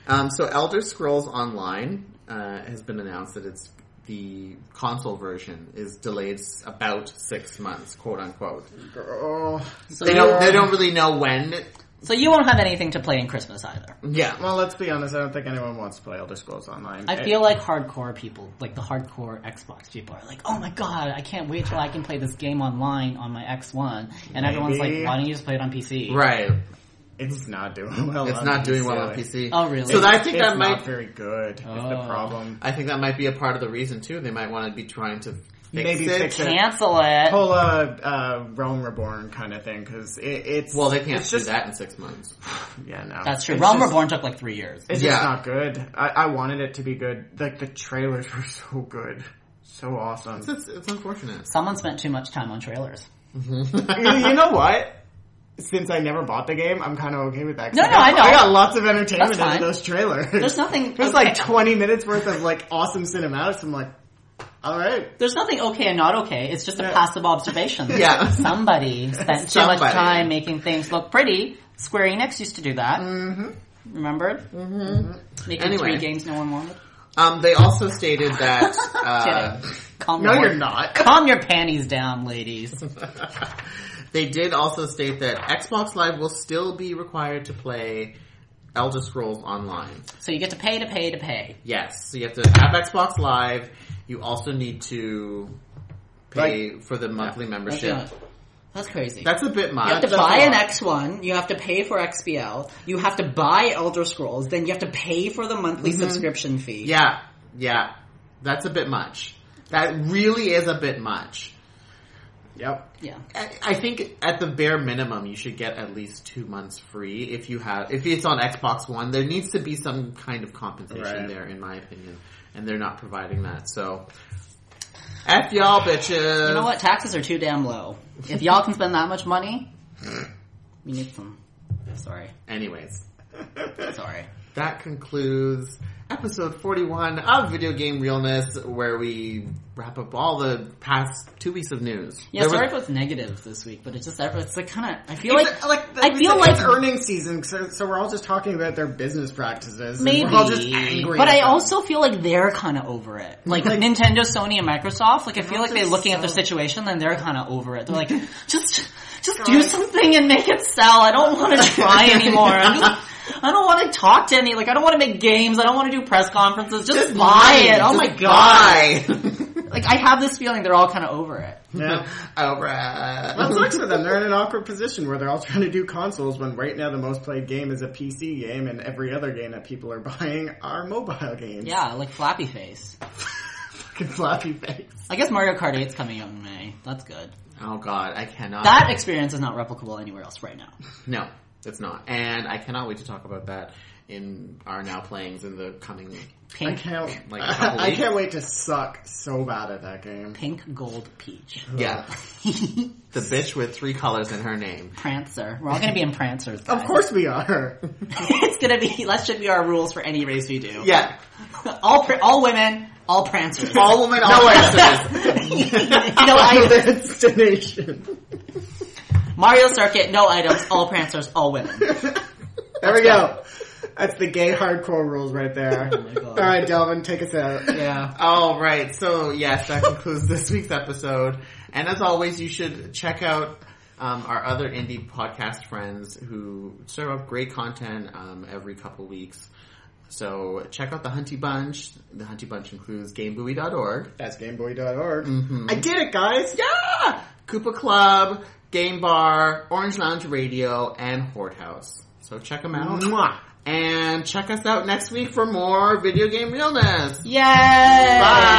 A: Um, so Elder Scrolls Online uh, has been announced that it's the console version is delayed s- about six months, quote unquote.
B: Girl.
C: So,
A: They don't. They don't really know when.
C: so you won't have anything to play in Christmas either.
A: Yeah.
B: Well, let's be honest. I don't think anyone wants to play Elder Scrolls Online.
C: I feel like hardcore people, like the hardcore Xbox people, are like, "Oh my god, I can't wait till I can play this game online on my X1." And everyone's like,
B: Maybe.
C: "Why don't you just play it on PC?"
A: Right.
B: it's not doing well.
A: It's
B: on
A: not doing
B: PC.
A: well on PC.
C: Oh, really?
A: So that, I think
B: it's
A: that
B: not
A: might.
B: very good. Is
C: Oh.
B: the problem?
A: I think that might be a part of the reason too. They might want to be trying to fix
B: Maybe
A: it.
B: fix it.
C: Cancel it.
B: Pull a uh, Realm Reborn kind of thing because it, it's
A: Well, they can't
B: It's
A: do
B: just
A: that in six months.
B: yeah no.
C: That's true.
B: It's
C: Realm
B: just-
C: Reborn took like three years.
B: It's
A: Yeah.
B: just not good. I, I wanted it to be good. Like the trailers were so good, so awesome.
A: It's, it's unfortunate.
C: Someone spent too much time on trailers.
B: you, you know what? Since I never bought the game, I'm kind of okay with that. 'Cause
C: No, no, I know.
B: I got lots of
C: That's
B: entertainment
C: fine.
B: out of those trailers.
C: There's nothing.
B: There's
C: okay-
B: like 20 minutes worth of like awesome cinematics. I'm like, all right.
C: There's nothing okay and not okay. It's just a
B: Yeah.
C: passive observation.
A: Yeah.
C: Somebody spent too much
A: Somebody.
C: time making things look pretty. Square Enix used to do that. Mm-hmm. Remember? Mm-hmm. Making
A: Anyway.
C: three games no one wanted.
A: Um, they also stated that. Uh,
C: Kidding. Calm
B: No,
C: your
B: you're not.
C: Calm your panties down, ladies.
A: they did also state that Xbox Live will still be required to play Elder Scrolls Online.
C: So you get to pay to pay to pay.
A: Yes, so you have to have Xbox Live. You also need to pay for the monthly
C: That's,
A: membership.
C: not- that's crazy.
A: That's a bit much.
C: you have to
A: That's
C: buy
A: a
C: an
A: lot.
C: X1, you have to pay for XBL, you have to buy Elder Scrolls, then you have to pay for the monthly subscription fee.
A: Yeah, yeah. That's a bit much. That really is a bit much.
B: Yep.
C: Yeah.
A: I I think at the bare minimum, you should get at least two months free if you have if it's on Xbox One. There needs to be some kind of compensation
B: Right.
A: there, in my opinion, and they're not providing that. So, f y'all, bitches.
C: You know what? Taxes are too damn low. If y'all can spend that much money, we need some. Sorry,
A: Anyways,
C: sorry.
A: that concludes episode 41 of Video Game Realness, where we wrap up all the past two weeks of news.
C: Yeah,
A: There
C: sorry
A: was-
C: if it's negative this week, but it's just it's like kind of I feel
B: It's,
C: like I
B: we
C: feel
B: said,
C: like
B: it's earnings season, so, so we're all just talking about their business practices. and
C: maybe,
B: we're all just angry.
C: but
B: at
C: I
B: them.
C: also feel like they're kind of over it. Like Nintendo, Sony, and Microsoft. Like I feel like they're looking at their situation and they're kind of over it. They're like, just just do something and make it sell. I don't want to try anymore. I'm just, I don't want to talk to any. Like I don't want to make games. I don't want to do press conferences. Just, buy it. Oh my god! Like I have this feeling they're all kind of over it.
B: Yeah.
A: Over.
B: That sucks for them. They're in an awkward position where they're all trying to do consoles when right now the most played game is a PC game and every other game that people are buying are mobile games.
C: Yeah, like Flappy Face.
B: Fucking floppy face.
C: I guess Mario Kart 8's coming out in May. That's good.
A: Oh god, I cannot.
C: That experience is not replicable anywhere else right now.
A: No, it's not. And I cannot wait to talk about that in our now playings in the coming.
B: I
C: Pink,
B: can't,
A: Like a couple
B: I
A: weeks.
B: can't wait to suck so bad at that game.
C: pink, gold, peach.
A: Yeah. the bitch with three colors in her name.
C: Prancer. We're all gonna be in Prancers. Guys.
B: Of course we are.
C: it's gonna be. That should be our rules for any race we do.
A: Yeah.
C: all pr- all women, all Prancers.
A: All women, all races.
C: you know, I,
B: destination.
C: Mario Circuit, no items, all Prancers, all women.
B: There we go. That's the gay hardcore rules right there.
C: Oh my God.
B: All right, Delvin, take us out.
C: Yeah.
A: All right. So yes, that concludes this week's episode. And as always, you should check out um, our other indie podcast friends who serve up great content um, every couple weeks. So check out the Hunty Bunch. The Hunty Bunch includes GameBuoy.org.
B: That's GameBoy.org.
A: Mm-hmm.
B: I did it, guys.
A: Yeah! Koopa Club, Game Bar, Orange Lounge Radio, and Horde House. So check them out.
B: Mwah.
A: And check us out next week for more video game realness.
C: Yay!
A: Bye.